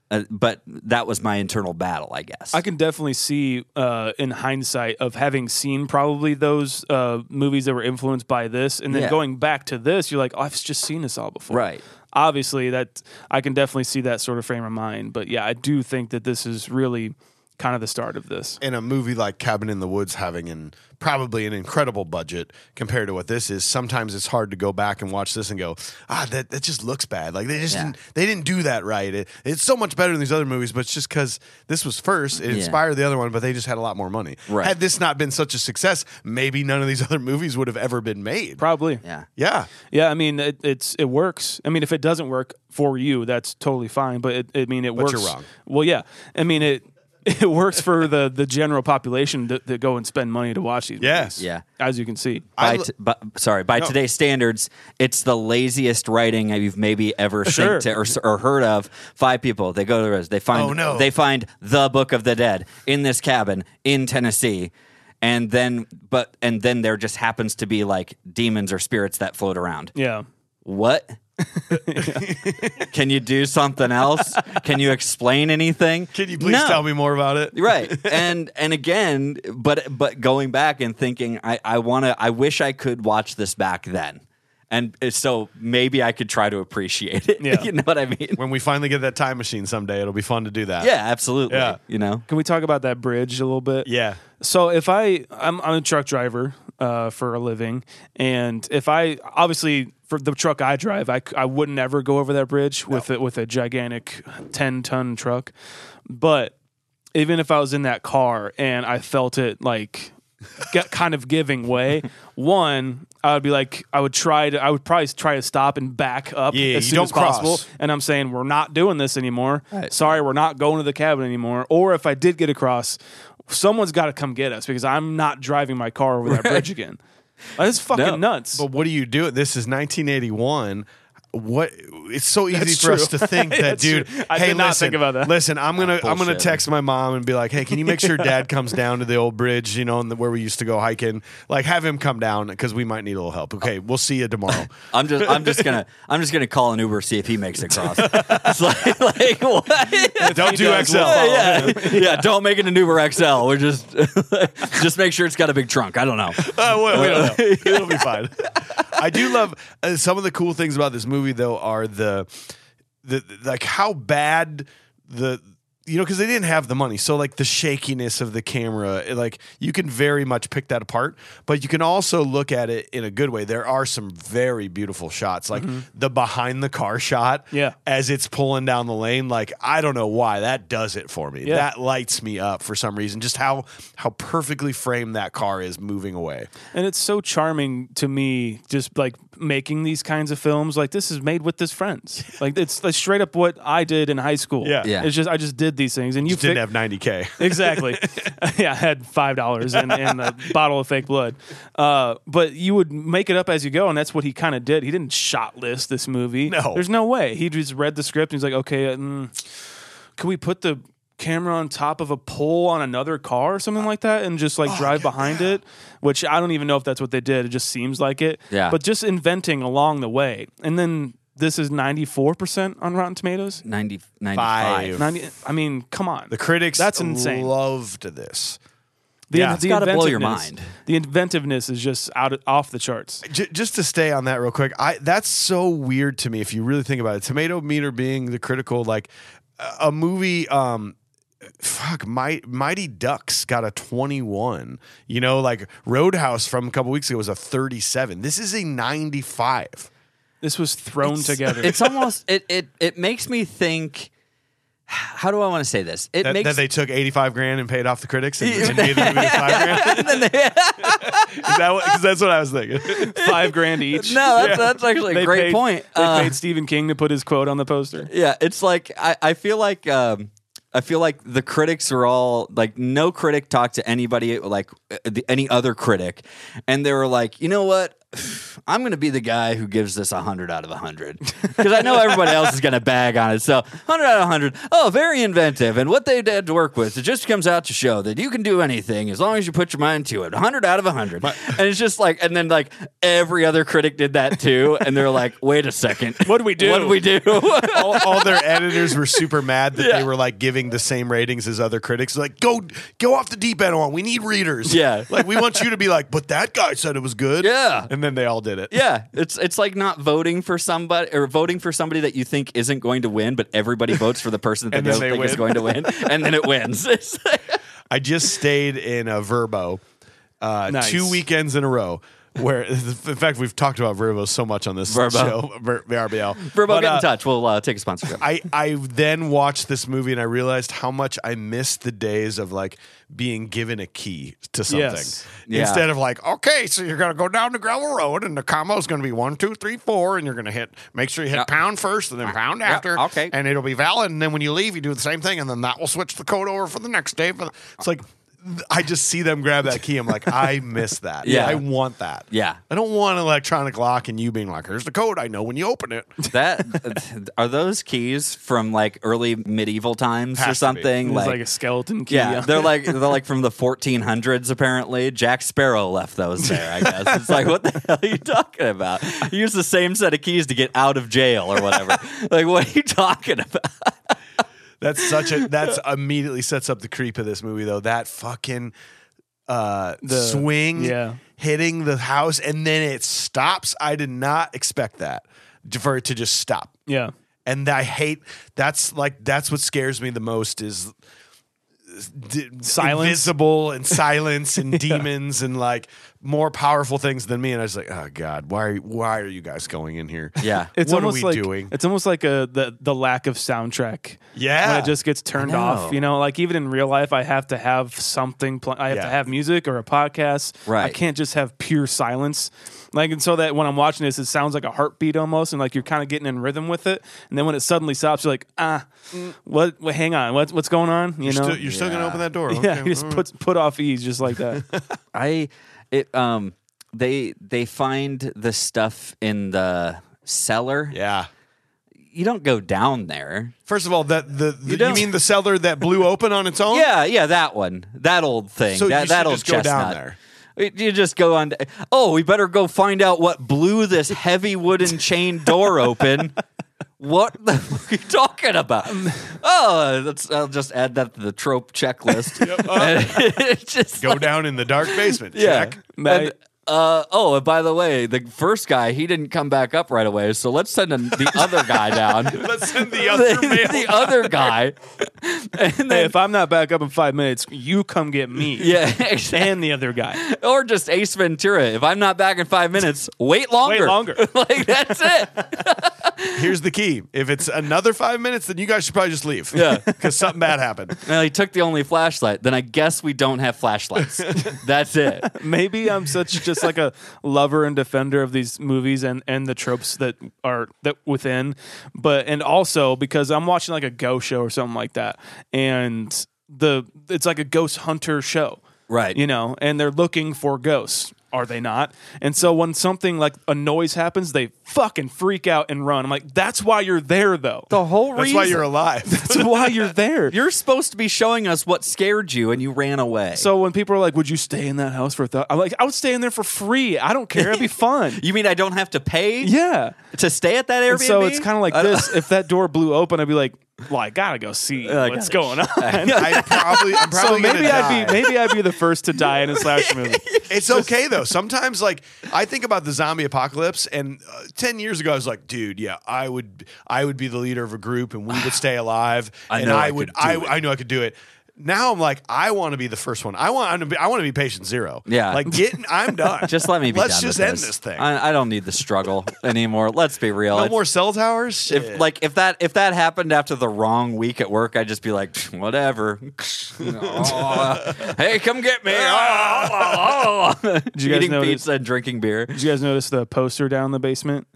D: uh, but that was my internal battle, I guess.
B: I can definitely see, uh, in hindsight, of having seen probably those uh, movies that were influenced by this, and then
D: Yeah.
B: going back to this, you're like, oh, I've just seen this all before.
D: Right.
B: Obviously, that I can definitely see that sort of frame of mind. But yeah, I do think that this is really kind of the start of this.
C: in a movie like Cabin in the Woods having an probably an incredible budget compared to what this is, sometimes it's hard to go back and watch this and go, ah, that, that just looks bad. Like they just
D: Yeah.
C: didn't, they didn't do that right. It, it's so much better than these other movies, but it's just because this was first, it
D: Yeah.
C: inspired the other one, but they just had a lot more money.
D: Right.
C: Had this not been such a success, maybe none of these [laughs] other movies would have ever been made.
B: Probably.
D: yeah.
C: yeah,
B: Yeah, I mean it, it's it works. I mean, if it doesn't work for you, that's totally fine. But it, I mean, it
C: But
B: works.
C: you're wrong.
B: Well, yeah, I mean it. [laughs] it works for the the general population that, that go and spend money to watch these.
C: Yeah.
B: movies,
D: Yeah.
B: as you can see.
C: I
D: By
C: lo-
D: t- bu- sorry, by today's standards, it's the laziest writing you've maybe ever
B: Sure.
D: seen to, or, s- or heard of. Five people, they go to the res, they find,
C: Oh, no.
D: they find the Book of the Dead in this cabin in Tennessee, and then but and then there just happens to be like demons or spirits that float around.
B: Yeah,
C: [laughs]
D: What? Can you do something else? Can you explain anything?
C: Can you please
D: No
C: tell me more about it?
D: right and and again but but going back and thinking i i want to i wish i could watch this back then and uh, so maybe i could try to appreciate it [laughs]
B: Yeah.
D: you know what i mean
C: When we finally get that time machine someday, it'll be fun to do that.
D: [laughs] yeah absolutely
C: Yeah.
D: you know
B: can we talk about that bridge a little bit?
C: Yeah.
B: So if I I'm, I'm a truck driver uh, for a living, and if I obviously for the truck I drive, I, c- I wouldn't ever go over that bridge with a, with a gigantic ten ton truck. But even if I was in that car and I felt it like get [laughs] kind of giving way, one I would be like I would try to I would probably try to stop and back up
C: Yeah,
B: as
C: you
B: soon
C: don't
B: as possible
C: cross.
B: and I'm saying we're not doing this anymore. Sorry, we're not going to the cabin anymore. Or if I did get across, someone's got to come get us because I'm not driving my car over that bridge again. Like, That's fucking
D: No.
B: nuts.
C: But what do you do? This is 1981. What? It's so easy
B: That's
C: for us
B: true.
C: to
B: [laughs]
C: think that,
B: That's
C: dude.
B: true. I
C: hey,
B: did not
C: listen,
B: think about that.
C: Listen, I'm gonna I'm gonna
D: bullshit.
C: text my mom and be like, hey, can you make sure Dad comes down to the old bridge, you know, and the, where we used to go hiking? Like, have him come down because we might need a little help. Okay, we'll see you tomorrow.
D: i'm just i'm just gonna i'm just gonna call an uber see if he makes it across it's like, [laughs] like what
C: Don't do
B: does,
C: XL.
B: we'll follow.
D: yeah, yeah, don't make it an Uber XL. We're just [laughs] just make sure it's got a big trunk. I don't know.
C: Uh, we, we don't know. [laughs] It'll be fine. I do love uh, some of the cool things about this movie, though, are the the the- like how bad the you know because they didn't have the money, so like the shakiness of the camera, it, like you can very much pick that apart, but you can also look at it in a good way. There are some very beautiful shots, like the behind the car shot,
B: Yeah.
C: as it's pulling down the lane. Like I don't know why that does it for me.
B: Yeah.
C: That lights me up for some reason. Just how how perfectly framed that car is moving away.
B: and it's so charming to me just like making these kinds of films like this is made with
C: [laughs]
B: this friends like it's like, straight up what i did in high school
C: Yeah.
D: Yeah.
B: it's just i just did these things and you
C: You didn't
B: fi-
C: have 90k. [laughs]
B: exactly. [laughs] yeah, I had five dollars and, and a bottle of fake blood. Uh, but you would make it up as you go, and that's what he kind of did. He didn't shot list this movie.
C: No.
B: there's no way. He just read the script and he's like, okay, mm, can we put the camera on top of a pole on another car or something like that and just like
C: Oh,
B: drive behind it which i don't even know if that's what they did it just seems like it
D: Yeah.
B: but just inventing along the way and then this is 94% on rotten tomatoes
D: 90,
C: Five.
D: 95.
B: 90 i mean come on
C: The critics
B: that's insane
C: loved this.
B: The,
C: Yeah.
B: yeah,
C: It's
B: the
D: gotta blow your
B: inventiveness-
D: mind.
B: The inventiveness is just out of, off the charts.
C: J- just to stay on that real quick, I that's so weird to me if you really think about it. Tomato meter being the critical like a- a movie um fuck my, Mighty Ducks got a 21. You know like Roadhouse from a couple weeks ago was a 37. This is a 95.
B: This was thrown together.
D: It's almost it it it makes me think. How do I want to say this? It
C: That,
D: makes
C: that they took 85 grand and paid off the critics and, and made the movie 5 grand. [laughs] is that what, cause that's what I was thinking.
B: [laughs] five grand each.
D: [laughs] no. That's, that's actually a
B: They
D: great
B: paid-
D: point.
B: They
D: Uh,
B: paid Stephen King to put his quote on the poster.
D: yeah, it's like I I feel like um I feel like the critics are all like no critic talked to anybody like uh, the, any other critic, and they were like, you know what. [sighs] I'm gonna be the guy who gives this hundred out of hundred because I know everybody else is gonna bag on it. So hundred out of hundred, oh, very inventive. And what they had to work with, it just comes out to show that you can do anything as long as you put your mind to it. Hundred out of hundred, and it's just like, and then like every other critic did that too, and they're like, wait a second,
B: What'd we do?
D: What do we do?
C: all, all their editors were super mad that they
D: Yeah.
C: were like giving the same ratings as other critics. Like, go go off the deep end on. We need readers.
D: Yeah.
C: like we want you to be like, but that guy said it was good.
D: Yeah.
C: and then they all did it.
D: Yeah, it's it's like not voting for somebody or voting for somebody that you think isn't going to win, but everybody votes for the person that
C: And
D: they
C: then
D: don't
C: they
D: think is
C: win.
D: going to win, and then it
C: [laughs]
D: wins. It's like-
C: I just stayed in a Verbo uh,
B: Nice.
C: two weekends in a row. where [laughs] in fact we've talked about Verbo so much on this
D: Verbo.
C: show, Ver- VRBL.
D: Verbo,
C: But,
D: get
C: uh,
D: in touch. We'll uh, take a sponsorship.
C: I, I then watched this movie and I realized how much I missed the days of like being given a key to something.
B: Yes.
D: Yeah.
C: Instead of like, okay, so you're gonna go down to gravel road and the combo is gonna be one, two, three, four, and you're gonna hit make sure you hit pound first and then pound after.
D: okay.
C: And it'll be valid. And then when you leave, you do the same thing, and then that will switch the code over for the next day. But it's like th- I just see them grab that key. I'm like, I miss that.
D: [laughs] Yeah.
C: I want that.
D: Yeah.
C: I don't want an electronic lock and you being like, here's the code. I know when you open it. [laughs]
D: that are those keys from like early medieval times
C: Has to
D: or
C: be.
D: something?
B: It's like a skeleton key.
D: yeah, they're like they're like from the 1400s. Apparently, Jack Sparrow left those there. I guess it's like what the hell are you talking about? You use the same set of keys to get out of jail
C: [laughs]
D: or whatever. like what are you talking about?
C: That's such a
B: [laughs]
C: that's immediately sets up the creep of this movie though. That fucking uh
B: The-
C: swing
B: yeah.
C: hitting the house and then it stops. I did not expect that for it to just stop.
B: yeah.
C: And I hate that's like that's what scares me the most is d-
B: Silence.
C: invisible
B: [laughs]
C: and silence and demons and like more powerful things than me. And I was like, oh god, why are you, why are you guys going in here?
D: Yeah.
B: It's
C: what are we
B: almost like
C: doing?
B: it's almost like a the the lack of soundtrack.
C: Yeah.
B: when it just gets turned off. You know, like even in real life, I have to have something. Pl- I have
C: Yeah.
B: to have music or a podcast. I
D: Right.
B: can't just have pure silence. Like and so that when I'm watching this, it sounds like a heartbeat almost, and like you're kind of getting in rhythm with it. And then when it suddenly stops, you're like, ah, what? what hang on, what's what's going on? You know,
C: Still- you're still gonna
D: Yeah.
C: open that door.
B: yeah,
C: Okay.
B: you just put put off ease just
C: [laughs]
B: like that.
D: I it um they they find the stuff in the cellar.
C: yeah.
D: You don't go down there.
C: First of all, that the, the you,
D: don't.
C: mean the cellar that blew open on its own?
D: [laughs] Yeah, yeah, that one, that old thing,
C: Oh. So you
D: that
C: should
D: that old
C: just go down
D: chestnut.
C: there.
D: It- You just go on. to- oh, we better go find out what blew this heavy wooden chain door open. What the [laughs] fuck are you talking about?
C: Um,
D: Oh, that's, I'll just add that to the
C: [laughs]
D: trope checklist. [laughs] And it's just
C: Uh. Go down in the dark basement.
D: yeah.
C: Check.
B: Mag-
D: And, uh, oh, and by the way, the first guy he didn't come back up right away, so let's send
C: [laughs]
D: an- the other guy down.
C: Let's
D: [laughs]
C: send the other male.
D: the other guy, and
B: hey,
D: then
B: if I'm not back up in five minutes, you come get me.
D: [laughs] yeah, exactly.
B: and the other guy.
D: or just Ace Ventura. If I'm not back in five minutes, wait longer.
B: longer.
D: [laughs] like that's it.
C: Here's the key. If it's another five minutes, then you guys should probably just leave. [laughs]
D: Yeah.
C: because something bad happened.
D: Well, he took the only flashlight. Then I guess we don't
C: [laughs]
D: have flashlights. that's it.
B: Maybe I'm such just like a lover and defender of these movies and and the tropes that are that within, but and also because I'm watching like a ghost show or something like that, and the it's like a ghost hunter show,
D: Right.
B: You know, and they're looking for ghosts. Are they not? And so when something like a noise happens, they fucking freak out and run. I'm like, that's why you're there, though.
D: The whole
C: That's
D: reason
C: why you're alive.
B: [laughs]
C: [laughs]
B: That's why you're there.
D: [laughs] you're supposed to be showing us what scared you, and you ran away.
B: so when people are like, "Would you stay in that house for a thou-" I'm like, "I would stay in there for free. I don't care. It'd
D: [laughs]
B: be fun."
D: you mean I don't have to pay?
B: Yeah.
D: To stay at that Airbnb.
B: And so it's kind of like
D: I don't-
B: this. If that door blew open, I'd be like, "Well, I gotta go see what's going on."
C: [laughs] I probably, I'm probably
B: so maybe
C: gonna
B: I'd
C: die.
B: be maybe I'd be the first to die in a slasher movie.
C: It's okay though. Sometimes, like I think about the zombie apocalypse, and uh, ten years ago, I was like, "Dude, yeah, I would, I would be the leader of a group, and we would
D: [sighs]
C: stay alive,
D: I
C: and
D: know
C: I
D: I
C: would,
D: could do
C: I,
D: it.
C: I know I could do it." Now I'm like, I want to be the first one. I want, I'm to be, I want to be patient zero.
D: Yeah.
C: like getting,
D: [laughs]
C: I'm done.
D: just let me be
C: Let's
D: done
C: just
D: with
C: end this thing.
D: I, I don't need the struggle anymore. Let's be real.
C: no
D: It's-
C: more cell towers.
D: If like if that if that happened after the wrong week at work, I'd just be like,
C: [laughs]
D: whatever. [laughs] Aw. hey, come get me!
C: Ah.
D: [laughs] Aw, aw, aw.
B: you guys
D: Eating
B: notice-
D: pizza and drinking beer.
B: Did you guys notice the poster down in the basement?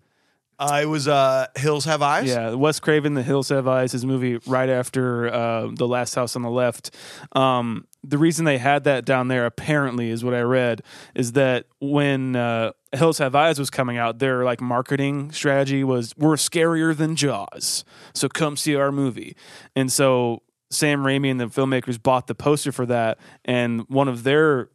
C: I was uh, Hills Have Eyes.
B: Yeah, Wes Craven, The Hills Have Eyes, his movie right after uh, The Last House on the Left. Um, the reason they had that down there, apparently, is what I read, is that when uh, Hills Have Eyes was coming out, their like marketing strategy was we're scarier than Jaws, so come see our movie. And so Sam Raimi and the filmmakers bought the poster for that, and one of their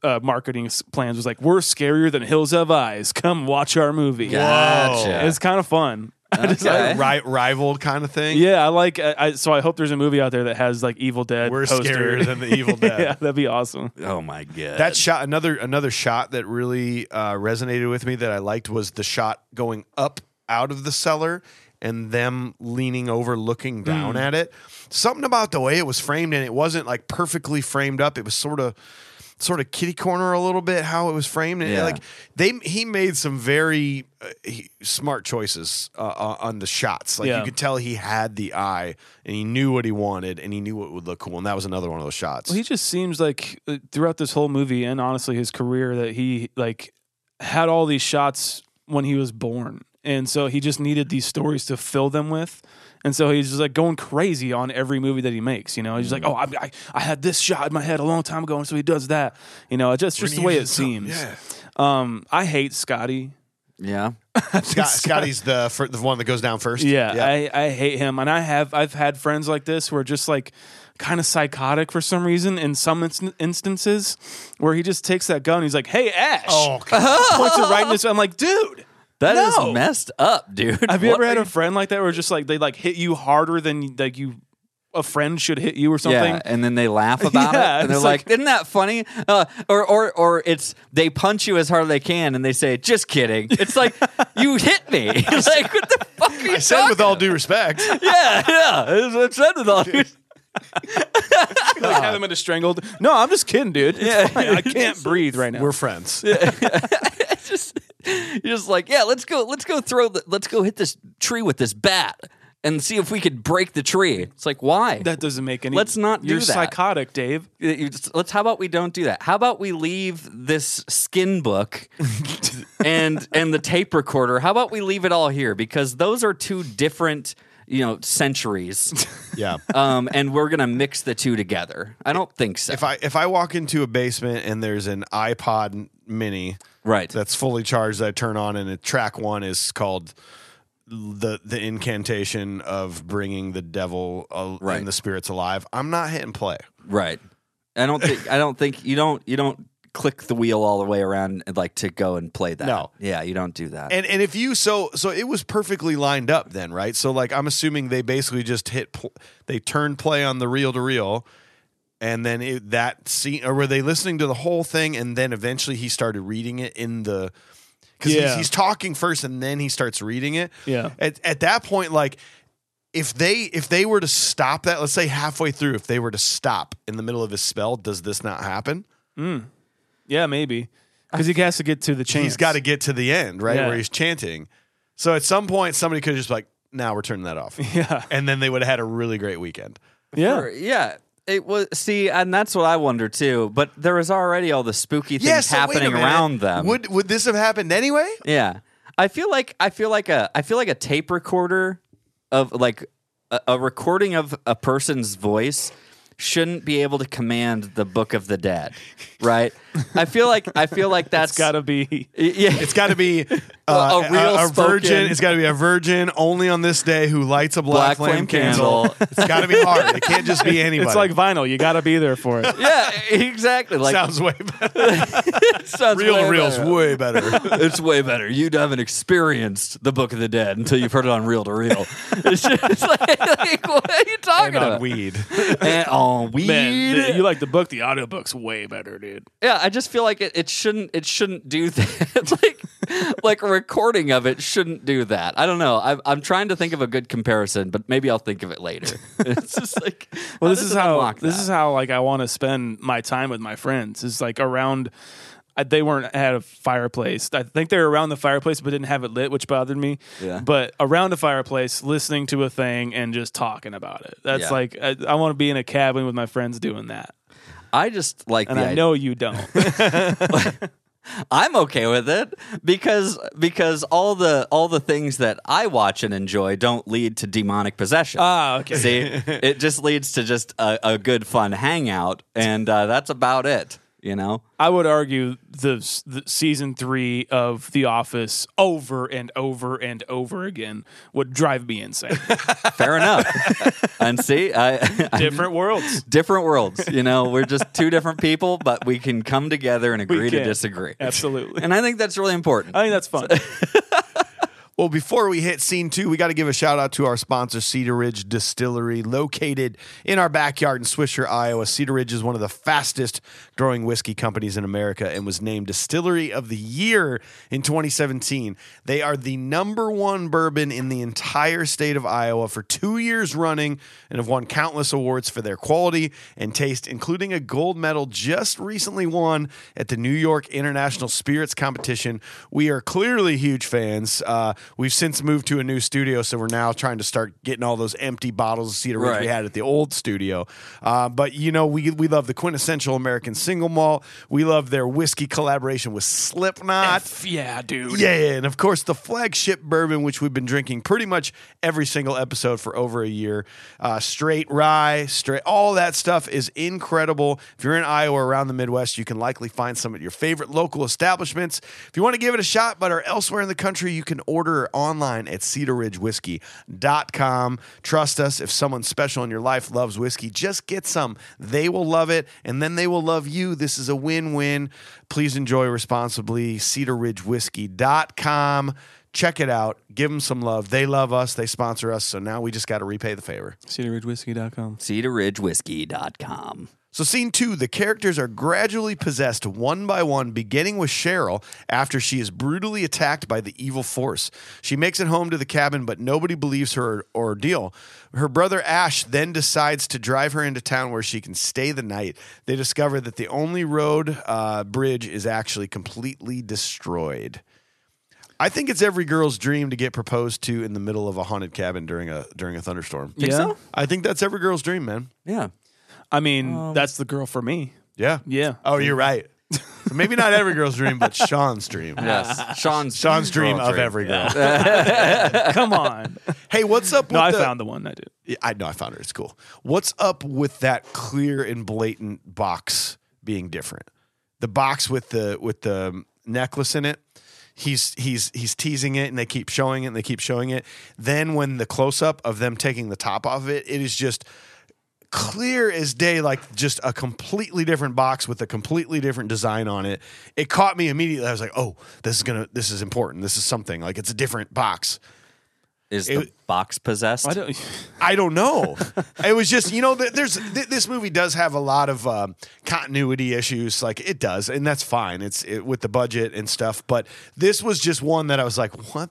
B: uh, marketing s- plans was like, "We're scarier than Hills Have Eyes. Come watch our movie."
D: Gotcha.
B: It's kind of fun.
D: [laughs] Okay.
C: Ri- rival kind of thing.
B: Yeah, I like. I, I so I hope there's a movie out there that has like Evil Dead.
C: we're
B: poster.
C: scarier
B: [laughs]
C: than the
D: [laughs]
C: Evil Dead.
B: yeah, that'd be awesome.
D: Oh my god.
C: That shot, another another shot that really uh, resonated with me that I liked was the shot going up out of the cellar and them leaning over,
B: Hmm.
C: looking down at it. Something about the way it was framed, and it wasn't like perfectly framed up. It was sort of. sort of kitty corner a little bit how it was framed and
D: Yeah.
C: like they he made some very uh, he, smart choices uh, uh, on the shots like
B: Yeah.
C: you could tell he had the eye and he knew what he wanted and he knew what would look cool and that was another one of those shots
B: He just seems like uh, throughout this whole movie and honestly his career that he like had all these shots when he was born. And so he just needed these stories to fill them with. And so he's just like going crazy on every movie that he makes. You know, he's
C: Mm.
B: just like, oh, I, I, I had this shot in my head a long time ago. And so he does that. You know, it's just, just the way it seems.
C: yeah.
B: Um, I hate Scotty. [laughs]
D: Yeah.
C: Scott, Scotty's the fir- the one that goes down first
B: Yeah, I, I hate him, and I have I've had friends like this who are just like kind of psychotic for some reason. In some inst- instances, where he just takes that gun, and he's like, "Hey, Ash,"
C: oh
B: [laughs]
C: God.
B: points it right in his. I'm like, dude.
D: that is
B: No.
D: messed up, dude.
B: Have you
D: What
B: ever had
D: are
B: a friend like that where just like they like hit you harder than like you a friend should hit you or
D: [laughs]
B: something?
D: Yeah, and then they laugh about
B: Yeah,
D: it, and they're
B: it's
D: like,
B: like-
D: "Isn't that funny?" Uh, or, or, or it's they punch you as hard as they can, and they say, "Just kidding." It's like you hit me. [laughs] It's like what the fuck are you
C: I said with
D: talking
C: all due respect [laughs]
D: yeah, yeah. It's, it's said with all. [laughs]
B: like had him in a strangled. No, I'm just kidding, dude. It's fine.
D: [laughs]
B: I can't breathe right now.
C: we're friends
D: It's just, you're just like, yeah. Let's go. Let's go throw. The, let's go hit this tree with this bat and see if we could break the tree. It's like why?
B: that doesn't make any.
D: Let's not do
B: You're
D: that.
B: psychotic, Dave.
D: You just- let's. How about we don't do that? How about we leave this
C: [laughs]
D: skin book and and the tape recorder? How about we leave it all here because those are two different you know centuries,
C: yeah Uh, [laughs]
D: um, and we're gonna mix the two together. I don't think so.
C: if I if I walk into a basement and there's an iPod Mini
D: right.
C: that's fully charged, that I turn on, and a track one is called the the incantation of bringing the devil al-
D: Right.
C: and the spirits alive. I'm not hitting play.
D: Right. I don't think. I don't think you don't. You don't click the wheel all the way around and like to go and play that.
C: No.
D: Yeah, you don't do that.
C: And and if you so so it was perfectly lined up then, right? So like I'm assuming they basically just hit pl- they turned play on the reel to reel. And then it, that scene, or were they listening to the whole thing? And then eventually he started reading it in the, because
B: Yeah.
C: he's, he's talking first, and then he starts reading it.
B: Yeah.
C: At, at that point, like if they if they were to stop that, let's say halfway through, if they were to stop in the middle of his spell, does this not happen?
B: Yeah, maybe because he has to get to the chance.
C: He's got to get to the end, right,
B: Yeah.
C: where he's chanting. So at some point, somebody could just be like, "Now we're turning that
D: [laughs]
C: off,"
B: Yeah.
C: and then they would have had a really great weekend.
B: Yeah.
D: Or- yeah. It was see, and that's what I wonder too. But there was already all the spooky things
C: Yes,
D: happening around them.
C: Would would this have happened anyway?
D: Yeah, I feel like I feel like a I feel like a tape recorder of like a, a recording of a person's voice shouldn't be able to command the Book of the Dead, right? I feel like I
C: [laughs]
D: feel like that's
B: Got to be.
D: yeah.
C: It's got to be uh, a,
D: a real
C: a, virgin.
D: spoken-
C: It's got to be a virgin only on this day who lights a black,
D: Black
C: flame,
D: flame
C: candle.
D: candle.
C: it's got to be hard. It can't just
D: [laughs]
C: be anybody.
B: It's like vinyl. You got to be there for it.
D: [laughs] yeah, exactly. Like
C: sounds way better.
D: sounds way
C: Real reels
D: better.
C: way
D: [laughs]
C: better.
D: It's way better. You haven't experienced the Book of the Dead until you've heard it on Reel to Reel. [laughs] It's just like, [laughs] like, what are you talking
C: on
D: about?
C: weed.
D: And on weed.
B: Man, th- you like the book? The audiobook's way better, dude.
D: Yeah, I just feel like it, it shouldn't it shouldn't do [laughs] that. like like a recording of it shouldn't do that. I don't know. I'm I'm trying to think of a good comparison, but maybe I'll think of it later. [laughs] It's just like
B: Well, this
D: does
B: is
D: it
B: how
D: unlock
B: this
D: that?
B: is how like I want to spend my time with my friends. Is like around. I, they weren't had a fireplace. I think they were around the fireplace, but didn't have it lit, which bothered me.
D: Yeah.
B: But around a fireplace, listening to a thing and just talking about it. That's
D: Yeah.
B: like I, I want to be in a cabin with my friends doing that.
D: I just like
B: And
D: the
B: I
D: idea-
B: know you
D: [laughs]
B: don't.
D: I'm okay with it because because all the all the things that I watch and enjoy don't lead to demonic possession.
B: ah, okay. [laughs]
D: See, it just leads to just a, a good fun hangout, and uh, that's about it. You know,
B: I would argue the, the season three of The Office over and over and over again would drive me
C: [laughs]
B: insane.
D: fair enough.
B: [laughs]
D: and see, I,
B: Different worlds.
D: different worlds. You know, we're just two different people, but we can come together and agree to
B: can.
D: disagree.
B: Absolutely. [laughs]
D: And I think that's really important.
B: I think that's fun.
C: Well, before we hit scene two, we got to give a shout out to our sponsor, Cedar Ridge Distillery, located in our backyard in Swisher, Iowa. Cedar Ridge is one of the fastest growing whiskey companies in America and was named Distillery of the Year in 2017. They are the number one bourbon in the entire state of Iowa for two years running and have won countless awards for their quality and taste, including a gold medal just recently won at the New York International Spirits Competition. We are clearly huge fans. Uh, we've since moved to a new studio, so we're now trying to start getting all those empty bottles of Cedar Ridge we
D: Right.
C: had at the old studio. Uh, but you know, we we love the quintessential American single malt. We love their whiskey collaboration with Slipknot.
B: yeah, dude.
C: Yeah, yeah, and of course the flagship bourbon, which we've been drinking pretty much every single episode for over a year. Uh, straight rye, straight all that stuff is incredible. If you're in Iowa or around the Midwest, you can likely find some at your favorite local establishments. If you want to give it a shot, but are elsewhere in the country, you can order online at cedarridgewhiskey.com. Trust us, if someone special in your life loves whiskey, just get some. They will love it, and then they will love you. This is a win-win. Please enjoy responsibly. CedarRidgeWhiskey.com. Check it out. Give them some love. They love us. They sponsor us. So now we just got to repay the favor.
B: CedarRidgeWhiskey.com.
D: CedarRidgeWhiskey.com.
C: So, scene two, the characters are gradually possessed one by one, beginning with Cheryl after she is brutally attacked by the evil force. She makes it home to the cabin, but nobody believes her ordeal. Her brother Ash then decides to drive her into town where she can stay the night. They discover that the only road uh, bridge is actually completely destroyed. I think it's every girl's dream to get proposed to in the middle of a haunted cabin during a during a thunderstorm.
B: Think Yeah. so?
C: I think that's every girl's dream, man.
D: Yeah.
B: I mean, that's the girl for me.
C: Yeah.
B: Yeah.
C: Oh, you're right. So maybe not every girl's dream,
B: [laughs]
C: but Sean's dream.
D: Yes.
C: [laughs]
D: Sean's
C: Sean's dream
D: girl
C: of every girl.
B: Come on.
C: Hey, what's up? With
B: no, I
C: the-
B: found the one I did.
C: Yeah, I know I found her. It's cool. What's up with that clear and blatant box being different? The box with the with the um, necklace in it. He's he's he's teasing it, and they keep showing it, and they keep showing it. Then when the close up of them taking the top off of it, it is just clear as day, like just a completely different box with a completely different design on it. It caught me immediately. I was like, oh, this is gonna this is important. This is something like it's a different box.
D: Is the
C: It-
D: box possessed?
B: I don't.
C: I don't know. it was just you know th- there's th- this movie does have a lot of um, continuity issues, like it does, and that's fine. It's it, with the budget and stuff, but this was just one that I was like, what?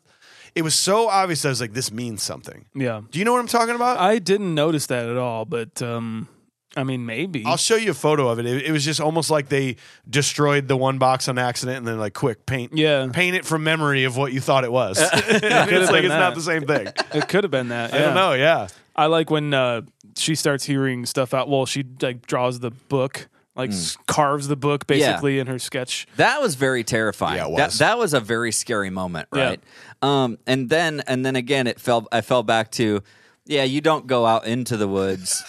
C: It was so obvious. I was like, this means something.
B: Yeah. Um,
C: Do you know what I'm talking about?
B: I didn't notice that at all, but um, I mean, maybe.
C: I'll show you a photo of it. it. It was just almost like they destroyed the one box on accident, and then like quick paint,
B: Yeah.
C: paint it from memory of what you thought it
B: [laughs]
C: was. [laughs] it's like
B: been
C: it's
B: that.
C: not the same thing.
B: it could have been that.
C: I don't know. Yeah.
B: I like when uh, she starts hearing stuff out. Well, she like draws the book,
C: Hmm.
B: like s carves the book basically in her sketch.
D: That was very terrifying.
C: Yeah, it was.
D: That, that was a very scary moment,
B: Yeah.
D: right? Um, and then and then again, it fell. I fell back to, yeah, you don't go out into
C: [laughs]
D: the woods.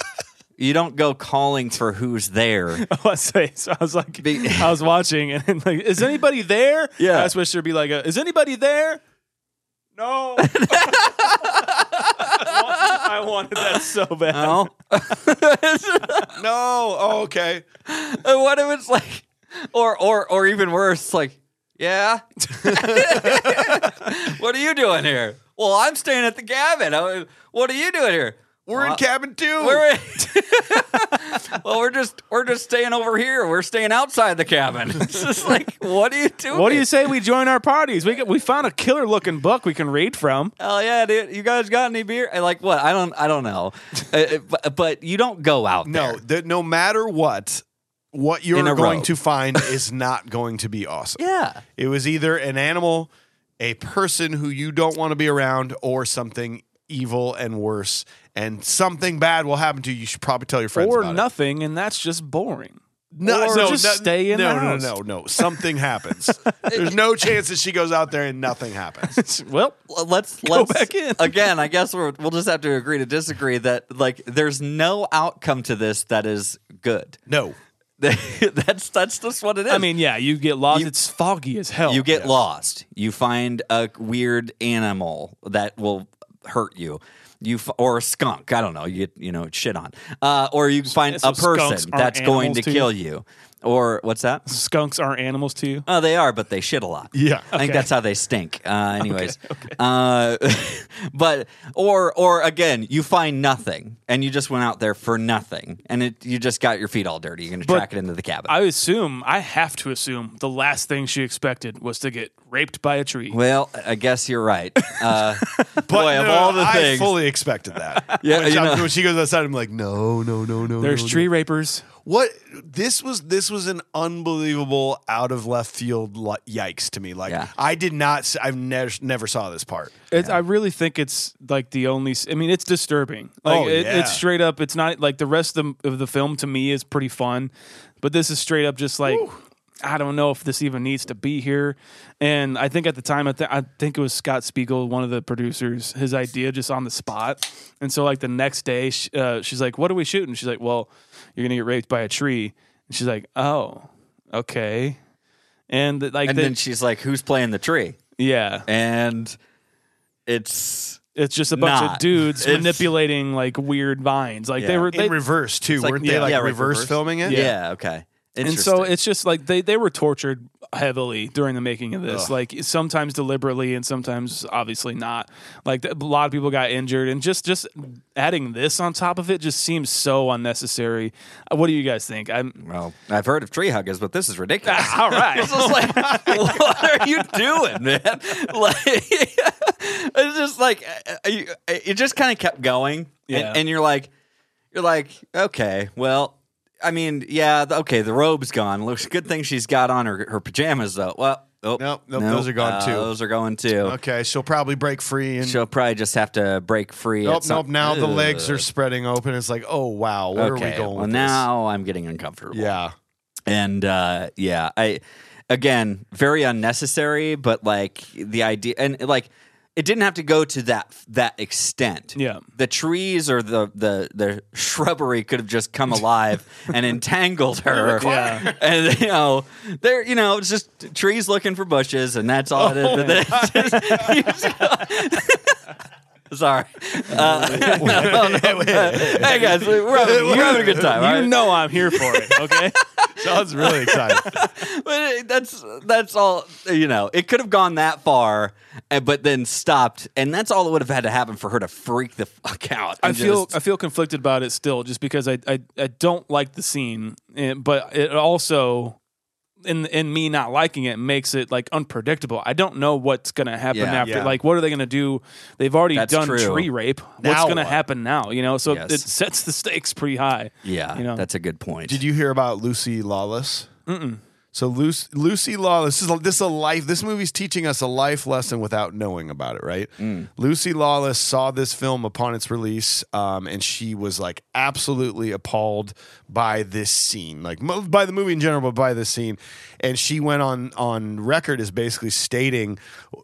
D: you don't go calling for who's there.
B: I say, so I was like,
D: Be-
B: I was watching, and, like, is anybody there?
D: Yeah.
B: I just wish there'd be like, a, is anybody there? No. [laughs] I wanted that so bad.
C: Uh,
D: No.
C: No. Oh, okay.
D: And what if it's like, or or or even worse, like, yeah, [laughs] what are you doing here? Well, I'm staying at the cabin. I- What are you doing here?
C: We're in
D: Well,
C: cabin 2
D: We're in- [laughs] well, we're just we're just staying over here. We're staying outside the cabin. [laughs] It's just like, what are you doing?
B: What do you say we join our parties? We get, we found a killer looking book we can read from.
D: Oh yeah, dude. You guys got any beer? And like, what? I don't. I don't know. Uh, uh, but, but you don't go out.
C: No,
D: there.
C: that no matter what, what
D: In
C: you're
D: a
C: going
D: row.
C: to find [laughs] is not going to be awesome.
D: Yeah.
C: It was either an animal, a person who you don't want to be around, or something evil and worse, and something bad will happen to you. You should probably tell your friends
B: or
C: about it.
B: nothing, and that's just boring.
C: No,
B: or
C: no,
B: just
C: no,
B: stay in
C: no,
B: the
C: no,
B: house.
C: no, no, no. Something
D: [laughs]
C: happens. There's no chance that she goes out there and nothing happens.
D: [laughs]
B: well, [laughs]
D: Well, Let's let's
B: back in.
D: again. I guess we're, we'll just have to agree to disagree that like there's no outcome to this that is good. [laughs]
C: No.
D: that's that's just what it is.
B: I mean, yeah, you get lost. it's foggy as hell.
D: you get lost. You find a weird animal that will hurt you. You f- or a skunk. I don't know. You get you know shit on. Uh, or you find
B: So
D: a person
B: skunks aren't
D: that's going
B: animals
D: to
B: to you?
D: kill you. Or what's that?
B: Skunks are animals to you.
D: Oh, they are, but they shit a lot.
C: Yeah.
D: I think that's how they stink.
C: [laughs]
D: Uh, anyways, Uh, [laughs] but or or again, you find nothing, and you just went out there for nothing, and it you just got your feet all dirty. You're gonna track it into the cabin.
B: I assume, I have to assume, the last thing she expected was to get raped by a tree.
D: well, I guess
C: [laughs]
D: you're right. Uh, boy, of
C: no,
D: all the
C: I
D: things,
C: fully expected that.
D: [laughs] Yeah,
C: when,
D: you
C: I'm-
D: know.
C: when she goes outside, I'm like, no, no, no, no.
B: There's
C: no, no.
B: tree rapers.
C: What this was this was an unbelievable out of left field li- yikes to me. Like
D: Yeah.
C: I did not s- I've never never saw this part.
B: It's, I really think it's like the only. s- I mean, it's disturbing. Like
C: Oh,
B: it,
C: yeah.
B: it's straight up. It's not like the rest of the, of the film to me is pretty fun, but this is straight up just like I don't know if this even needs to be here. And I think at the time, I, th- I think it was Scott Spiegel, one of the producers, his idea just on the spot. And so like the next day, sh- uh, she's like, "What are we shooting?" She's like, "Well, you're gonna get raped by a tree." And she's like, "Oh, okay." And th- like
D: and
B: the-
D: then she's like, "Who's playing the tree?"
B: yeah,
D: And it's
B: It's just a bunch
D: Not.
B: of dudes
D: It's-
B: manipulating like weird vines. Like they
D: Yeah.
B: were they,
C: In reverse too.
B: like-
C: Weren't
B: yeah,
C: they like
D: yeah, like
C: reverse,
D: reverse.
C: filming it?
D: yeah, okay.
B: and so
D: Interesting.
B: it's just like they, they were tortured heavily during the making of this.
C: Ugh.
B: Like sometimes deliberately and sometimes obviously not. Like a lot of people got injured and just just adding this on top of it just seems so unnecessary. Uh, What do you guys think? I'm
D: well, I've heard of tree huggers, but this
C: [laughs]
D: is ridiculous.
B: all right.
D: It's just [laughs] like, what are you doing, man? [laughs] Like, [laughs] it's just like uh, uh, you- uh, it just kind of kept going,
B: Yeah.
D: and, and you're like, you're like, okay, well, I mean, yeah, th- okay, the robe's gone. Looks good thing she's got on her, her pajamas though. Well, oh,
C: Nope, nope, those are gone,
D: uh,
C: too.
D: Those are going too.
C: Okay, she'll probably break free and
D: She'll probably just have to break free. at
C: Nope,
D: some-
C: nope. Now the legs
D: Ugh.
C: are spreading open. It's like, oh wow, where
D: okay.
C: are we going
D: well,
C: with
D: now I'm getting uncomfortable.
C: this? Yeah.
D: and uh yeah i again very unnecessary but like the idea and like it didn't have to go to that that extent
B: Yeah.
D: the trees or the the the shrubbery could have just come
B: [laughs]
D: alive and entangled her
B: Yeah.
D: and you know they're you know it's just trees looking for bushes and that's all
B: Oh,
D: it is But [laughs] then- [laughs]
B: [laughs]
D: Sorry. Uh, [laughs] hey guys, we're having, we're having a good time. all right?
B: you know I'm here for it.
D: [laughs]
B: Okay.
C: Sounds really exciting.
D: But it- that's that's all you know. It could have gone that far, uh, but then stopped, and that's all that would have had to happen for her to freak the fuck out.
B: I
D: and
B: feel
D: just-
B: I feel conflicted about it still, just because I I, I don't like the scene, eh, but it also in in me not liking it makes it like unpredictable. I don't know what's gonna happen
D: Yeah.
B: after.
C: Yeah.
B: Like, what are they gonna do? They've already
D: That's
B: done
D: true.
B: tree rape.
C: Now
B: what's gonna
C: what?
B: happen now? You know, so
D: Yes.
B: it sets the stakes pretty high.
D: yeah,
B: you know.
D: that's a good point.
C: Did you hear about Lucy Lawless? Mm-mm. So Lucy, Lucy Lawless this is this is a life. This movie's teaching us a life lesson without knowing about it, right? Lucy Lawless saw this film upon its release, um, and she was like absolutely appalled by this scene, like mo- by the movie in general, but by this scene. And she went on on record as basically stating,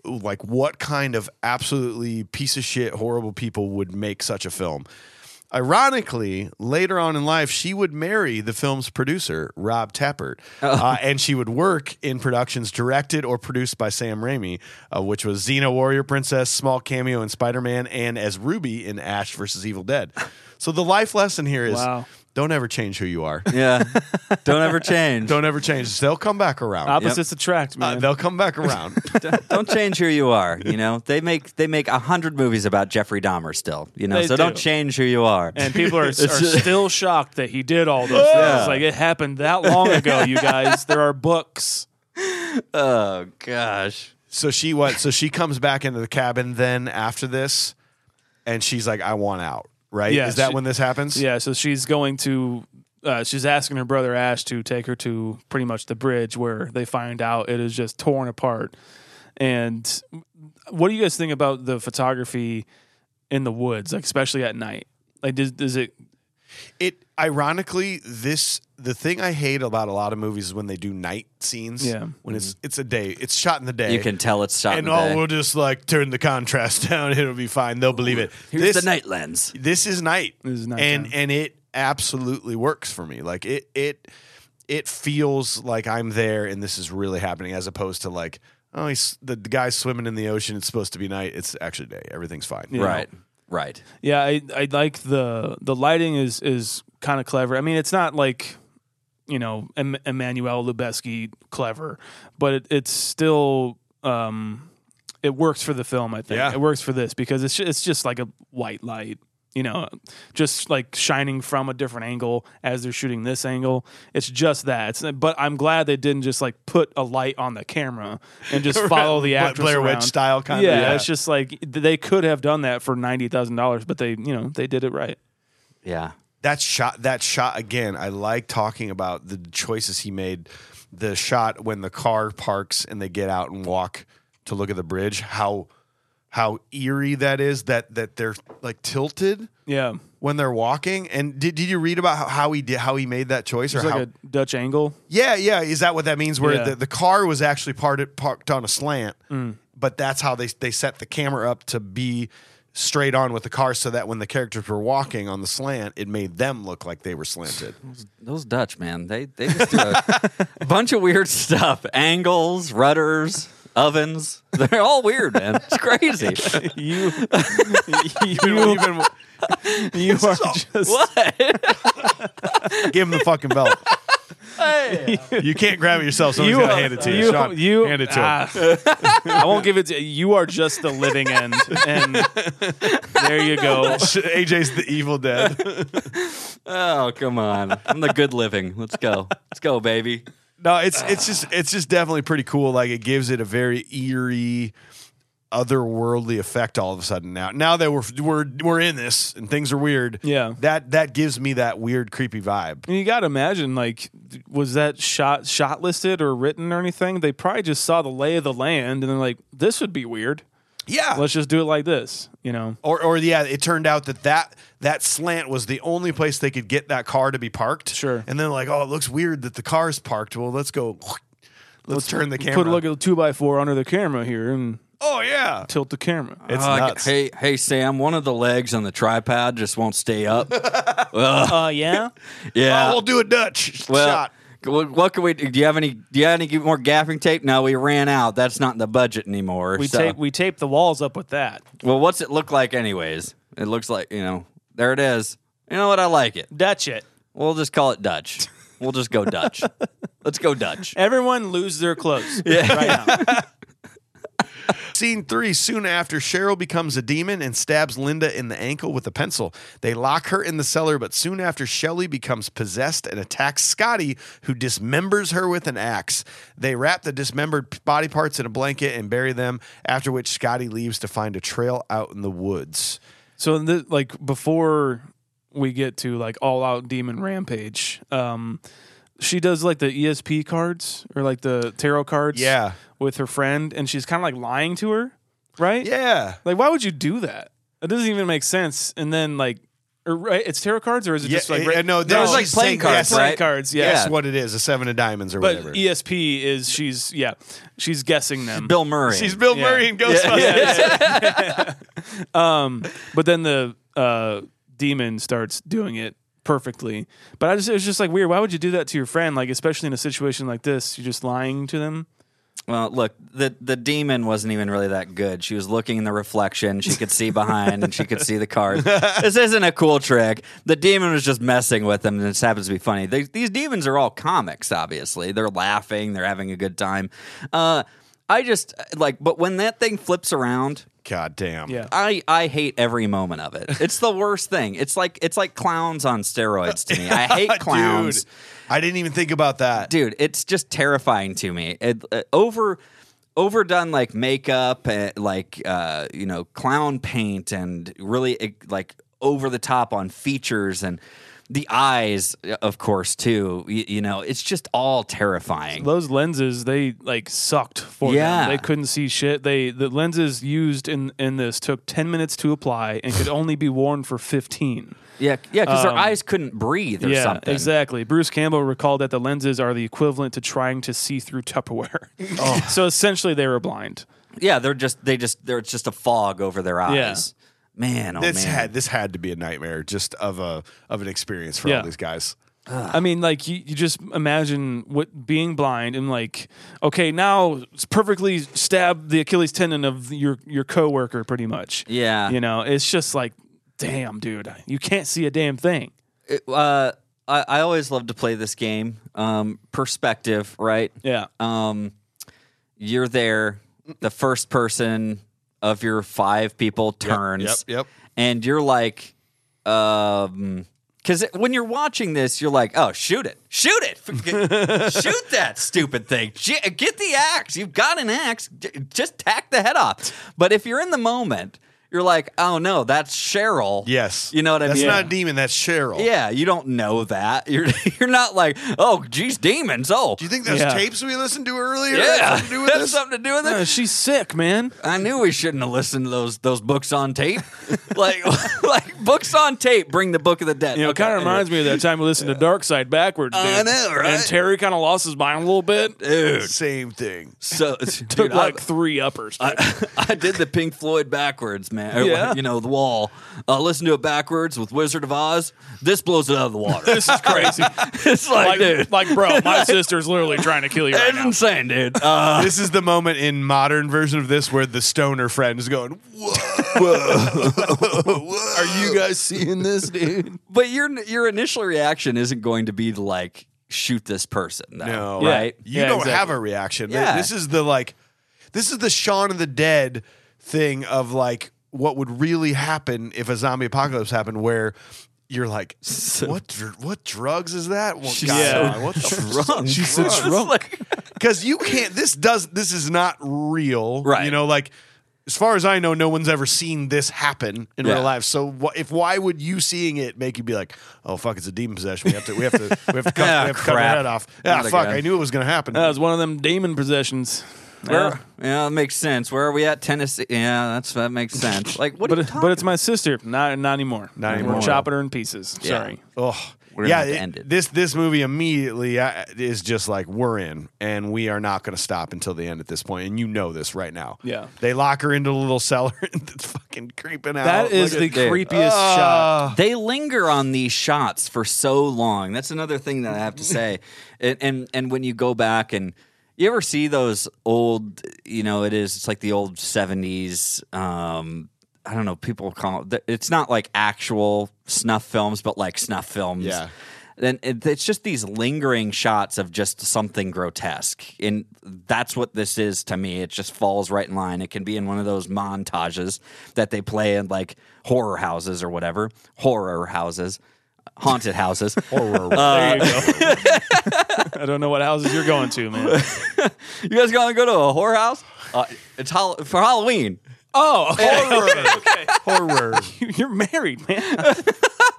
C: like, what kind of absolutely piece of shit, horrible people would make such a film. Ironically, later on in life, she would marry the film's producer, Rob Tappert,
B: Oh.
C: uh, and she would work in productions directed or produced by Sam Raimi, uh, which was Xena Warrior Princess, small cameo in Spider Man, and as Ruby in Ash versus Evil Dead. So the life lesson here is
B: Wow.
C: don't ever change who you are.
D: yeah,
B: [laughs]
D: don't ever change. don't,
C: don't ever change. They'll come back around.
B: Opposites attract,
C: Uh,
B: man.
C: they'll come
B: [laughs]
C: back around.
D: [laughs] don't change who you are. You know they make they make a hundred movies about Jeffrey Dahmer still. You know,
B: They
D: so don't
B: do.
D: change who you are.
B: and people
D: [laughs]
B: are, are still shocked that he did all those things. Like it happened that long ago, you guys. There are books.
D: oh gosh,
C: so she what? So she comes back into the cabin then after this, and she's like, "I want out." Right?
B: Yeah,
C: is that
B: she-
C: when this happens?
B: Yeah, so she's going to. Uh, she's asking her brother Ash to take her to pretty much the bridge where they find out it is just torn apart. And what do you guys think about the photography in the woods, like especially at night? Like, does, does it?
C: It ironically, this the thing I hate about a lot of movies is when they do night scenes.
B: Yeah. Mm-hmm.
C: when it's it's a day, it's shot in the day.
D: you can tell it's shot. in
C: and
D: the
C: oh,
D: day.
C: we'll just like turn the contrast [laughs] down. It'll be fine. They'll believe it.
D: Here's
C: this
D: the night lens.
C: this is night.
B: This is nighttime.
C: and and it absolutely works for me. Like it it it feels like I'm there and this is really happening, as opposed to like oh he's the, the guy's swimming in the ocean. It's supposed to be night. It's actually day. Everything's fine.
D: Right, right.
B: Yeah, I, I like the the lighting is is kind of clever. I mean, it's not like you know em- Emmanuel Lubezki clever, but it, it's still um, it works for the film. I think
C: Yeah.
B: it works for this because it's ju- it's just like a white light, you know, just like shining from a different angle as they're shooting this angle. It's just that. It's, but I'm glad they didn't just like put a light on the camera and just follow the
C: Bla-
B: actress
C: Blair Witch
B: around.
C: style kinda,
B: Yeah,
C: yeah.
B: it's just like they could have done that for ninety thousand dollars, but they you know they did it right.
D: Yeah.
C: that shot that shot again i like talking about the choices he made the shot when the car parks and they get out and walk to look at the bridge how how eerie that is that that they're like tilted
B: Yeah,
C: when they're walking and did, did you read about how, how he did how he made that choice or
B: it's like
C: how
B: a Dutch angle.
C: yeah yeah is that what that means where
B: Yeah. Mm.
C: the, the car was actually parted, parked on a slant but that's how they they set the camera up to be straight on with the car so that when the characters were walking on the slant it made them look like they were
B: [laughs]
C: slanted
D: Those Dutch man, they they just do a, a bunch of weird stuff. Angles, rudders, ovens. [laughs] They're all weird, man. It's crazy.
B: [laughs]
C: [laughs]
B: You, you,
C: even
B: you are just
D: what?
C: give him the fucking belt. You can't grab it yourself. Somebody's
B: you,
C: got to hand it to you. Sean,
B: you-
C: hand it to him. [laughs]
B: ah. I won't give it to you. Are just the living end, and there
C: [laughs]
B: you go.
C: AJ's the evil dead.
D: Oh, come on. I'm the good living. Let's go. Let's go, baby.
C: No, it's it's just it's just definitely pretty cool. Like it gives it a very eerie, otherworldly effect. All of a sudden now, now that we're we're we're in this and things are weird.
B: Yeah.
C: that that gives me that weird, creepy vibe.
B: And you got to imagine, like, was that shot shot listed or written or anything? They probably just saw the lay of the land and they're like, "This would be weird.
C: Yeah,
B: Let's just do it like this." You know?
C: or or yeah, it turned out that that that slant was the only place they could get that car to be parked.
B: Sure.
C: And then like, oh, it looks weird that the car's parked. Well, let's go. Let's, turn the camera.
B: Put like a two by four under the camera here and
C: oh yeah.
B: tilt the camera.
C: It's
D: Oh, I ca-
C: nuts.
D: hey, hey, Sam. One of the legs on the tripod just won't
C: [laughs]
D: stay up.
B: Uh, yeah.
D: Yeah.
C: oh, we'll do a Dutch
D: uh, Well,
C: shot.
D: What, what can we do? Do you have any? Do you have any more gaffing tape? No, we ran out. That's not in the budget anymore.
B: We
D: so-
B: tape we tape the walls up with that.
D: Well, what's it look like, anyways? It looks like you know. There it is. You know what? I like it.
B: Dutch it.
D: We'll just call it Dutch. We'll just
C: [laughs]
D: go Dutch. Let's go Dutch.
B: Everyone lose their clothes. Right now.
C: Scene three. Soon after, Cheryl becomes a demon and stabs Linda in the ankle with a pencil. They lock her in the cellar, but soon after, Shelly becomes possessed and attacks Scotty, who dismembers her with an axe. They wrap the dismembered body parts in a blanket and bury them. After which, Scotty leaves to find a trail out in the woods.
B: So in the, like before we get to like all out demon rampage, um, she does like the ESP cards or like the tarot cards,
C: Yeah.
B: with her friend, and she's kind of like lying to her, right?
C: Yeah.
B: Like, why would you do that? It doesn't even make sense. And then like, or right, it's tarot cards, or is it
C: Yeah,
B: just like
C: eh, eh, no,
B: there's
C: there's
D: like
B: like
C: she's
D: playing
C: saying
D: cards,
C: yes,
B: playing
D: right?
B: cards, yeah.
C: That's what it is—a seven of diamonds or
B: But
C: whatever.
B: ESP is she's yeah, she's guessing them.
D: Bill Murray.
C: She's Bill
B: Yeah.
C: Murray in Ghostbusters.
B: But then the uh, demon starts doing it perfectly. But I just it was just like weird. Why would you do that to your friend? Like especially in a situation like this, you're just lying to them.
D: Well, look, the the demon wasn't even really that good. She was looking in the reflection. She could see behind, and she could see the cards.
C: [laughs]
D: This isn't a cool trick. The demon was just messing with them, and this happens to be funny. They, these demons are all comics, obviously. They're laughing. They're having a good time. Uh, I just like, but when that thing flips around,
C: [laughs] God damn.
B: Yeah.
D: I, I hate every moment of it. It's the worst thing. It's like it's like clowns on steroids to
C: [laughs]
D: me. I hate clowns
C: Dude, I didn't even think about that.
D: dude it's just terrifying to me it, uh, over overdone like makeup uh, like uh, you know clown paint and really eh, like over the top on features and the eyes uh, of course too you, you know it's just all terrifying
B: Those lenses, they like sucked for
D: Yeah.
B: them. They couldn't see shit. They the lenses used in in this took 10 minutes to apply and could only be worn for 15.
D: yeah yeah because their eyes couldn't breathe or
B: yeah,
D: something
B: exactly. Bruce Campbell recalled that the lenses are the equivalent to trying to see through
D: [laughs]
B: Tupperware. Oh.
D: Oh.
B: so essentially they were blind.
D: yeah they're just they just there's just a fog over their eyes man oh
C: This
D: man
C: had this had to be a nightmare just of a of an experience for
B: Yeah.
C: all these guys.
D: Ah.
B: I mean, like you, you just imagine what being blind and like, okay, now s- perfectly stab the Achilles tendon of your your coworker, pretty much.
D: Yeah.
B: you know, it's just like, damn, dude, you can't see a damn thing.
D: uh, I, I always love to play this game. Um, perspective, right?
B: Yeah.
D: Um, you're there. The first person of your five people turns.
C: yep.
D: And you're like, um, because when you're watching this, you're like, oh, shoot it, shoot it, [laughs] shoot that stupid thing, J- get the axe. You've got an axe, J- just tack the head off. But if you're in the moment, you're like, oh no, that's Cheryl.
C: Yes.
D: you know what I
C: That's
D: mean.
C: not a demon. That's Cheryl.
D: Yeah, you don't know that. [laughs] You're you're not like, oh, geez, demons. Oh,
C: Do you think those
B: Yeah.
C: tapes we listened to earlier
D: yeah,
C: have something to do with
D: that's
C: this?
D: something to do with it.
B: Uh, she's sick, man.
D: I knew we shouldn't have listened to those those books on tape. like [laughs] like books on tape. Bring the book of the dead.
B: You know, it
D: Okay,
B: kind of reminds me of that time we listened to Dark Side backwards. Dude.
D: I know, right?
B: And Terry kind of lost his mind a little bit.
D: anyway. dude.
C: Same thing.
D: So dude,
B: Took
D: I-
B: like three uppers. dude.
D: [laughs] I did the Pink Floyd backwards, man. Or,
B: Yeah.
D: You know, the wall. Uh, listen to it backwards with Wizard of Oz. This blows it out of the water.
B: this [laughs] is crazy.
D: it's like,
B: like, [laughs]
D: dude,
B: like, bro, my sister's literally trying to kill you right
D: it's
B: now.
D: insane, dude. Uh,
C: this is the moment in modern version of this where the stoner friend is going,
D: [laughs]
C: "Whoa, [laughs] whoa, are you guys seeing this, dude?"
D: but your your initial reaction isn't going to be to like shoot this person, though,
C: No,
D: right?
C: You
B: Yeah,
C: don't
B: exactly.
C: have a reaction.
D: Yeah.
C: This is the like, this is the Shaun of the Dead thing of like what would really happen if a zombie apocalypse happened, where. You're like, what? dr- What drugs is that? Well,
D: She's
C: God,
B: so
C: what the
B: [laughs]
C: [laughs]
D: Drunk.
C: She said
D: It's
C: drunk.
D: like- [laughs]
C: because you can't this does this is not real
D: Right.
C: you know like as far as i know no one's ever seen this happen in
D: Yeah.
C: real life so wh- if why would you seeing it make you be like oh fuck it's a demon possession we have to we have to we
D: [laughs]
C: have to, cut,
D: Ah,
C: we have to cut her
D: crap.
C: head off ah
D: Not
C: fuck
D: again. Uh,
C: i knew it was gonna happen
B: That was one of them demon possessions.
D: Where, yeah, that makes sense. Where are we at? Tennessee. Yeah, that's that makes sense. Like, what? are you
B: But,
D: talking
B: but it's my sister. Not not anymore.
C: Not
B: We're
C: anymore.
B: chopping her in pieces.
D: Yeah.
B: Sorry.
C: oh
D: We're
C: yeah
D: gonna have to
C: it-
D: end it.
C: this this movie immediately uh, is just like we're in and we are not gonna stop until the end at this point and you know this right now
B: Yeah.
C: they lock her into a little cellar [laughs] and it's fucking creeping out
B: That is
C: Oh, Look
B: the
C: at-
D: dude.
B: creepiest shot.
C: Ah.
D: They linger on these shots for so long. That's another thing that I have to say. and, and and when you go back and you ever see those old, you know, it is it's like the old seventies. Um, I don't know. People call it. It's not like actual snuff films, but like snuff films.
C: Yeah.
D: And it- it's just these lingering shots of just something grotesque, and that's what this is to me. It just falls right in line. It can be in one of those montages that they play in like horror houses or whatever, horror houses, haunted
B: [laughs]
D: houses. Uh,
C: Horror.
B: There you go. I don't know what houses you're going to, man.
D: [laughs] you guys gonna go to a horror house? Uh, it's hol- for Halloween.
B: Oh,
C: horror. Ah,
D: [laughs]
C: Horror.
B: [laughs] you're married, man.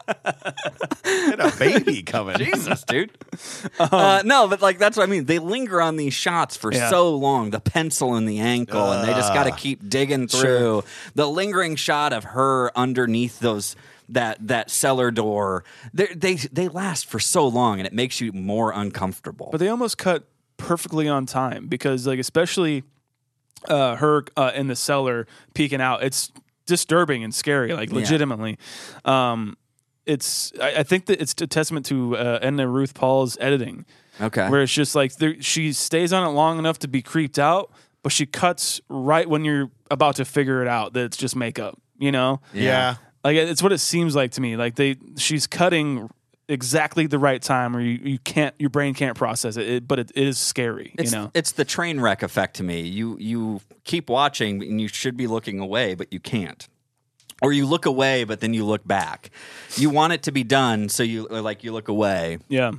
C: And a baby coming.
D: Jesus,
B: [laughs]
D: dude. uh, no, but like that's what I mean. They linger on these shots for
B: Um, Yeah. Ah.
D: so long. The pencil in the ankle, and they just got to keep digging through. The lingering shot of her underneath those that that cellar door. They they they last for so long, and it makes you more uncomfortable.
B: but they almost cut perfectly on time because like especially uh, her uh, in the cellar peeking out it's disturbing and scary like legitimately um, it's I, I think that it's a testament to uh, Edna Ruth Paul's editing
D: okay.
B: where it's just like there, she stays on it long enough to be creeped out but she cuts right when you're about to figure it out that it's just makeup you know
C: Yeah.
B: like it's what it seems like to me. Like they, she's cutting exactly the right time, where you, you can't, your brain can't process it. it but it is scary,
D: It's,
B: you know.
D: it's the train wreck effect to me. You you keep watching and you should be looking away, but you can't. Or you look away, but then you look back. You want it to be done, so you like you look away
B: Yeah,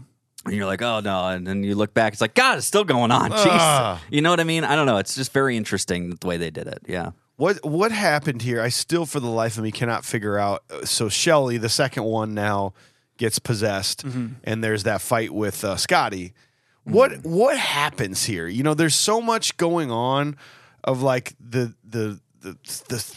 D: and you're like, oh no, and then you look back. It's like God, it's still going on. [laughs] Jeez,
C: Ugh.
D: you know what I mean? I don't know. It's just very interesting the way they did it. Yeah,
C: What what happened here? I still, for the life of me, cannot figure out. Uh, So Shelly, the second one, now gets possessed, and there's that fight with uh, Scotty. What what happens here? You know, there's so much going on of like the the the the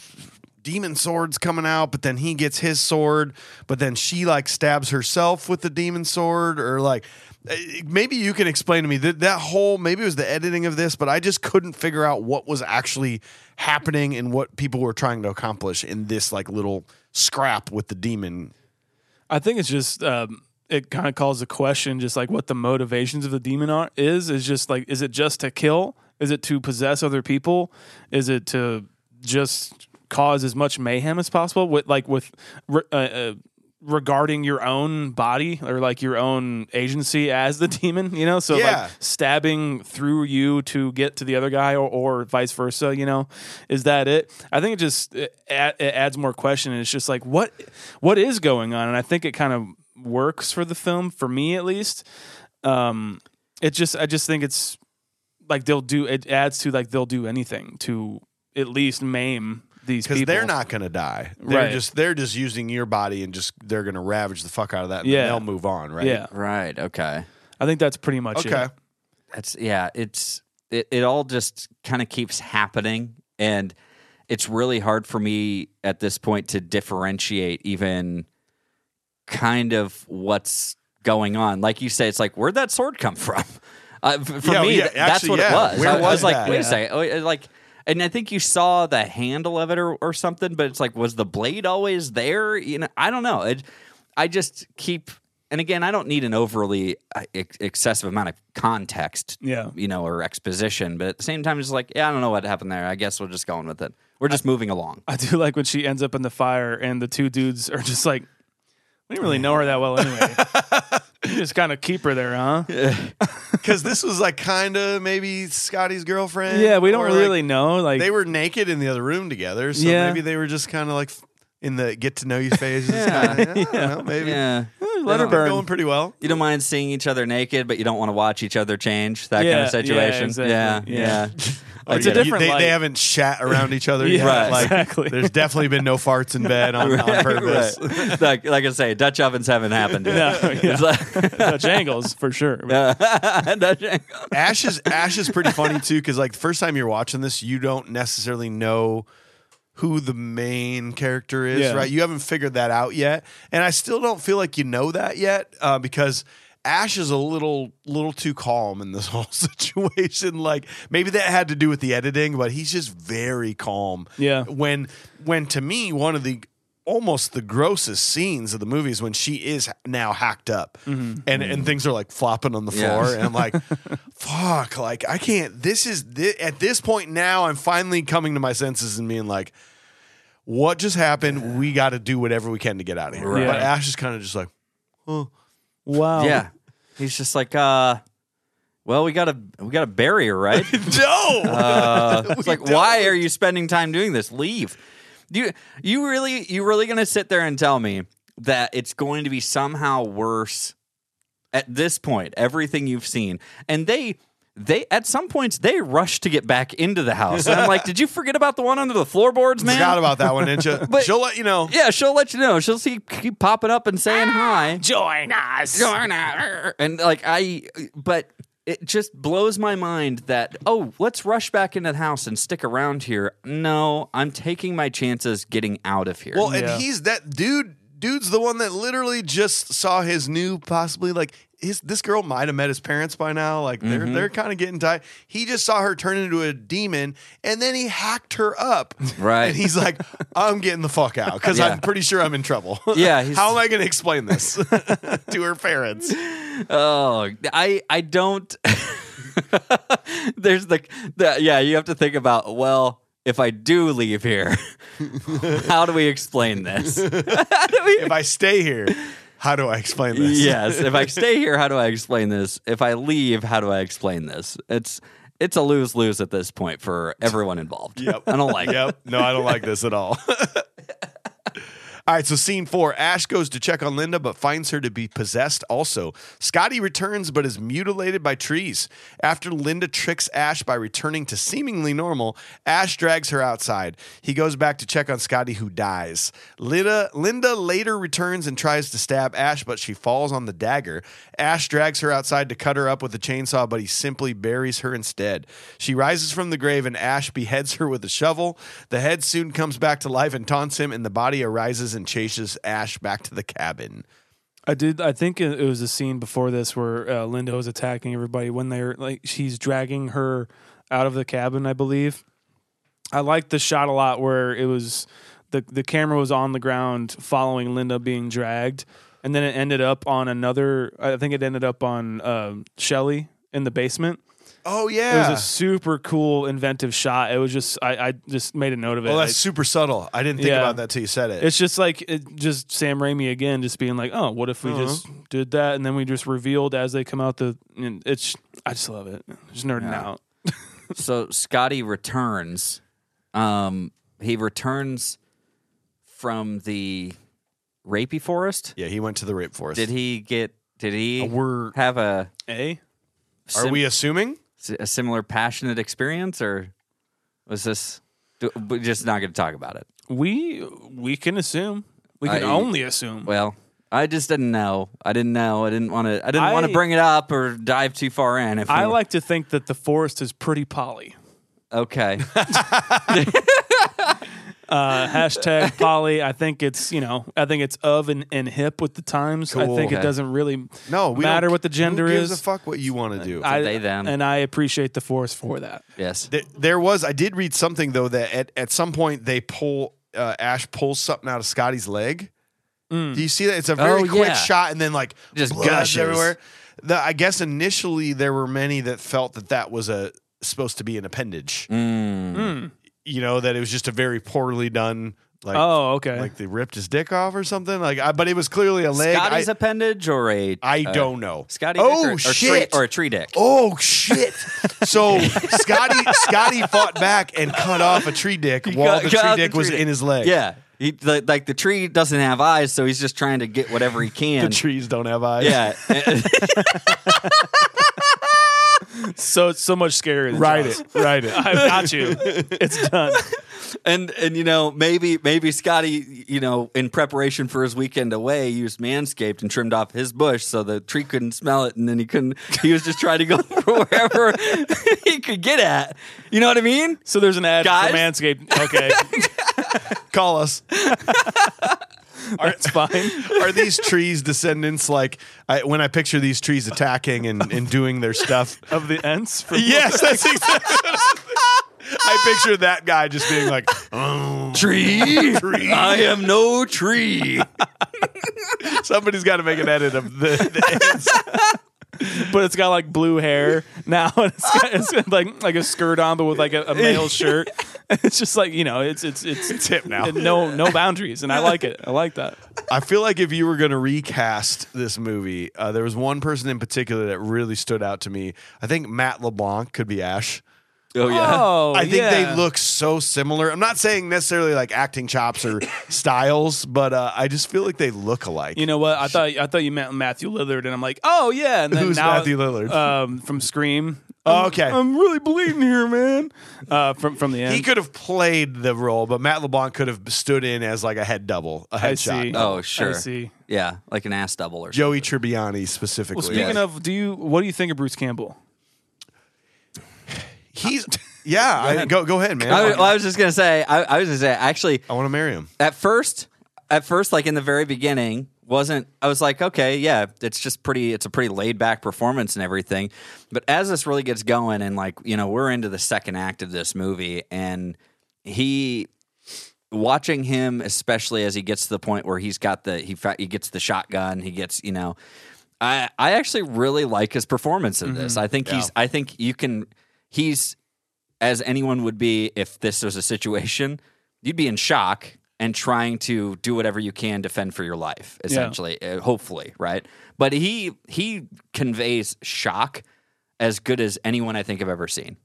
C: demon swords coming out, but then he gets his sword, but then she like stabs herself with the demon sword, or like uh, maybe you can explain to me that that whole maybe it was the editing of this, but I just couldn't figure out what was actually happening and what people were trying to accomplish in this like little scrap with the demon.
B: I think it's just um, it kind of calls the question, just like what the motivations of the demon are. Is is just like, is it just to kill? Is it to possess other people? Is it to just cause as much mayhem as possible with like with uh, uh, regarding your own body or like your own agency as the [laughs] demon, you know? So
C: Yeah.
B: like stabbing through you to get to the other guy or, or vice versa, you know? Is that it? I think it just it, add- it adds more question and it's just like what what is going on? And I think it kind of works for the film for me at least. Um it just I just think it's like they'll do it adds to like they'll do anything to at least maim these people.
C: because they're not going to die. They're
B: Right.
C: just they're just using your body and just they're going to ravage the fuck out of that. and
B: Yeah.
C: they'll move on, right?
B: Yeah.
D: Right. Okay.
B: I think that's pretty much
C: Okay.
B: it.
D: That's yeah. It's it, it all just kind of keeps happening, and it's really hard for me at this point to differentiate even kind of what's going on. Like you say, it's like where'd that sword come from? [laughs] Uh, f- for
C: Yeah,
D: me,
C: yeah,
D: th- that's
C: actually,
D: what
C: yeah.
D: it was.
C: Where
D: I, I
C: was
D: was like,
C: that?
D: wait
C: Yeah.
D: a
B: Uh,
D: second, oh, it- like. And I think you saw the handle of it or, or something, but it's like, was the blade always there? You know, I don't know. It, I just keep, and again, I don't need an overly uh, ex- excessive amount of context
B: Yeah.
D: you know, or exposition. But at the same time, it's like, yeah, I don't know what happened there. I guess we're just going with it. We're just moving along.
B: I do like when she ends up in the fire and the two dudes are just like, we didn't really know her that well anyway.
C: [laughs]
B: you just kind of keep her there, huh? Yeah,
C: Because this was like kind of maybe Scotty's girlfriend.
B: we don't
C: or, like,
B: really know. Like,
C: They were naked in the other room together, so
B: Yeah.
C: maybe they were just kind of like in the get to know you phase. yeah. Kinda,
B: [laughs]
C: I don't know, maybe.
D: Yeah.
B: let her
C: They're
B: burn.
C: going pretty well.
D: You don't mind seeing each other naked, but you don't want to watch each other change. That kind
B: Yeah, yeah,
D: of situation.
B: exactly.
D: Yeah.
B: Yeah.
D: Yeah. I
B: It's a
D: get it.
B: different-
C: they,
B: light.
C: they haven't shat around each other.
B: [laughs] Yeah,
C: yet.
D: Right.
C: Like,
B: exactly.
C: There's definitely been no farts in bed
B: [laughs]
C: on, on purpose.
D: [laughs] Right. Like, like I say, Dutch ovens haven't
C: [laughs]
D: happened
B: [laughs] [laughs]
D: yet.
B: No, yeah.
D: [laughs] It's like-
B: Dutch angles for
C: [laughs]
B: sure.
D: Dutch ang-
C: Ash is Ash is pretty funny too because like the first time you're watching this, you don't necessarily know who the main character is,
B: Yeah.
C: right? You haven't figured that out yet, and I still don't feel like you know that yet uh, because Ash is a little little too calm in this [laughs] whole situation. Like maybe that had to do with the editing, but he's just very calm.
B: Yeah.
C: When when to me one of the almost the grossest scenes of the movie is when she is now hacked up
D: Mm-hmm.
C: and and things are like flopping on the
D: Yeah.
C: floor and I'm
D: [laughs]
C: like fuck like I can't this is thi- at this point now I'm finally coming to my senses and being like what just happened we got to do whatever we can to get out of here
D: Right.
C: but Ash is kind of just like Oh.
B: Wow.
D: yeah. He's just like, uh, well, we gotta we gotta bury
C: [laughs]
D: her, right?
C: no [laughs]
D: Uh, it's
C: We
D: like, why
C: don't.
D: are you spending time doing this? Leave. You you really you really gonna sit there and tell me that it's going to be somehow worse at this point? Everything you've seen, and they they at some points they rush to get back into the house. And I'm like, did you forget about the one under the floorboards, man?
C: [laughs] forgot about that one didn't you
D: [laughs] But-
C: she'll let you know
D: yeah, she'll let you know. She'll see keep popping up and
C: Ah,
D: saying hi.
B: Join us.
D: Darn it. And like I, but it just blows my mind that oh, let's rush back into the house and stick around here. No, I'm taking my chances getting out of here.
C: Well,
B: Yeah.
C: and he's that dude. Dude's the one that literally just saw his new, possibly like his. This girl might have met his parents by now. Like they're
D: Mm-hmm.
C: they're kind of getting tight. He just saw her turn into a demon, and then he hacked her up.
D: Right.
C: And he's
D: [laughs]
C: like, "I'm getting the fuck out because
D: Yeah.
C: I'm pretty sure I'm in trouble."
D: [laughs] Yeah, he's-
C: How am I going to explain
D: [laughs]
C: this [laughs] to her parents?
D: oh, I I don't. [laughs] There's the, the yeah. You have to think about well. If I do leave here, [laughs] how do we explain this? How do we-
C: If I stay here, how do I explain this? [laughs]
D: yes. If I stay here, how do I explain this? If I leave, how do I explain this? It's it's a lose lose at this point for everyone involved.
C: [laughs] Yep.
D: I don't like
C: yep. No, I don't like this at all. [laughs] All right, so scene four. Ash goes to check on Linda, but finds her to be possessed also. Scotty returns, but is mutilated by trees. After Linda tricks Ash by returning to seemingly normal, Ash drags her outside. He goes back to check on Scotty, who dies. Linda, Linda later returns and tries to stab Ash, but she falls on the dagger. Ash drags her outside to cut her up with a chainsaw, but he simply buries her instead. She rises from the grave, and Ash beheads her with a shovel. The head soon comes back to life and taunts him, and the body arises and chases Ash back to the cabin.
B: I did. I think it it was a scene before this where uh, Linda was attacking everybody when they're like she's dragging her out of the cabin. I believe. I liked the shot a lot where it was the the camera was on the ground following Linda being dragged, and then it ended up on another. I think it ended up on um Shelly in the basement.
C: Oh
B: It was
C: yeah.
B: a super cool, inventive shot. It was just I, I just made a note of it.
C: well,
B: I-
C: that's super subtle. I didn't think
B: Yeah.
C: about that till you said it.
B: It's just like it, just Sam Raimi again, just being like, "Oh, what if
C: Uh-huh.
B: we just did that?" And then we just revealed as they come out the. And it's I just love it. Just nerding out.
D: so Scotty returns. Um, he returns from the rapey forest.
C: yeah, he went to the rape forest.
D: Did he get? Did he
C: We're
D: have a
B: Eh?
C: are
D: sim-
C: we assuming?
D: a similar passionate experience, or was this? do- We're just not going to talk about it.
B: we we can assume. We can
D: I-
B: only assume.
D: Well, I just didn't know. I didn't know. I didn't want to. I didn't want
B: I-
D: to bring it up or dive too far in. If
B: I
D: we-
B: like to think that the forest is pretty poly.
C: [laughs]
D: Okay.
B: Uh, hashtag poly. I think it's you know I think it's of and, and hip with the times. I
C: Cool.
B: think it
D: Okay.
B: doesn't really
C: No, we
B: matter
C: don't-
B: what the gender
C: who gives
B: is.
C: a fuck what you want to do.
B: I,
D: They, them.
B: and I appreciate the forest for that.
D: yes.
C: There, there was. I did read something though that at, at some point they pull uh, Ash pulls something out of Scotty's leg. Do you see that? It's a very
D: Oh,
C: quick
D: yeah.
C: shot, and then like
D: Just
C: blood's
D: gushes.
C: everywhere. The, I guess initially there were many that felt that that was a supposed to be an appendage.
D: Mm.
C: You know that it was just a very poorly done. Like,
B: oh, okay.
C: like they ripped his dick off or something. Like, I, but it was clearly a leg. I,
D: Scotty's appendage or a uh,
C: I don't know.
D: Scotty.
C: Oh
D: dick or, Or,
C: shit!
D: tree, or a tree dick. [laughs]
C: Oh shit! So Scotty Scotty fought back and cut off a tree dick while
D: Cut-
C: the
D: cut
C: tree
D: out
C: dick
D: the
C: was
D: tree
C: in his leg.
D: Yeah. He, the, like the tree doesn't have eyes, so he's just trying to get whatever he
C: [laughs] the
D: can.
C: trees don't have eyes.
D: yeah.
C: [laughs]
D: [laughs]
B: so it's so much scarier. Than
C: write
B: Jaws.
C: it, write it.
B: [laughs] I've got you.
C: [laughs]
B: It's done.
D: and and you know maybe maybe Scotty you know in preparation for his weekend away used manscaped and trimmed off his bush so the tree couldn't smell it and then he couldn't he was just trying to go [laughs] for wherever he could get at you know what I mean
B: So there's an ad
D: Guys?
B: for Manscaped.
D: [laughs]
B: Okay,
C: Call us.
B: it's fine.
C: Are these trees descendants? Like I, when I picture these trees attacking and, and doing their stuff.
B: Of the Ents.
D: [laughs]
B: From
C: Yes, that's exactly. What I, was thinking. I picture that guy just being like,
D: tree
C: Tree.
D: I am no tree
C: somebody's got to make an edit of the.
B: but it's got like blue hair now, [laughs] and it's got, it's got like like a skirt on, but with like a, a
D: [laughs]
B: male shirt. [laughs] It's just like you know, it's it's it's, it's
C: hip now.
B: No no boundaries, and I like it. I like that.
C: I feel like if you were going to recast this movie, uh, there was one person in particular that really stood out to me. I think Matt LeBlanc could be Ash.
D: oh yeah
B: Oh,
C: I think
B: yeah.
C: they look so similar. I'm not saying necessarily like acting chops
B: [laughs]
C: or styles, but uh, I just feel like they look alike.
B: You know what? I thought I thought you meant Matthew Lillard, and I'm like, oh yeah. And then
C: Who's
B: now,
C: Matthew Lillard?
B: Um, from Scream.
C: Oh, okay.
B: I'm really bleeding here, man. Uh, from from the end.
C: he could have played the role, but Matt LeBlanc could have stood in as like a head double, a
B: I
C: headshot.
B: see.
D: oh sure
B: I see.
D: yeah like an ass double or something.
C: Joey Tribbiani specifically.
B: Well, speaking
D: Yeah.
B: of, do you what do you think of Bruce Campbell? [laughs]
C: he's yeah. I, go go ahead, man.
D: I,
C: I,
D: well, I was just gonna say I, I was gonna say actually
C: want to marry him.
D: at first at first like in the very beginning wasn't i was like okay yeah it's just pretty it's a pretty laid back performance and everything but as this really gets going and like you know we're into the second act of this movie and he watching him especially as he gets to the point where he's got the he fa- he gets the shotgun he gets you know i i actually really like his performance in this i think he's i think you can he's as anyone would be if this was a situation, you'd be in shock and trying to do whatever you can to fend for your life, essentially, uh, hopefully, right? But he he conveys shock as good as anyone I think I've ever seen,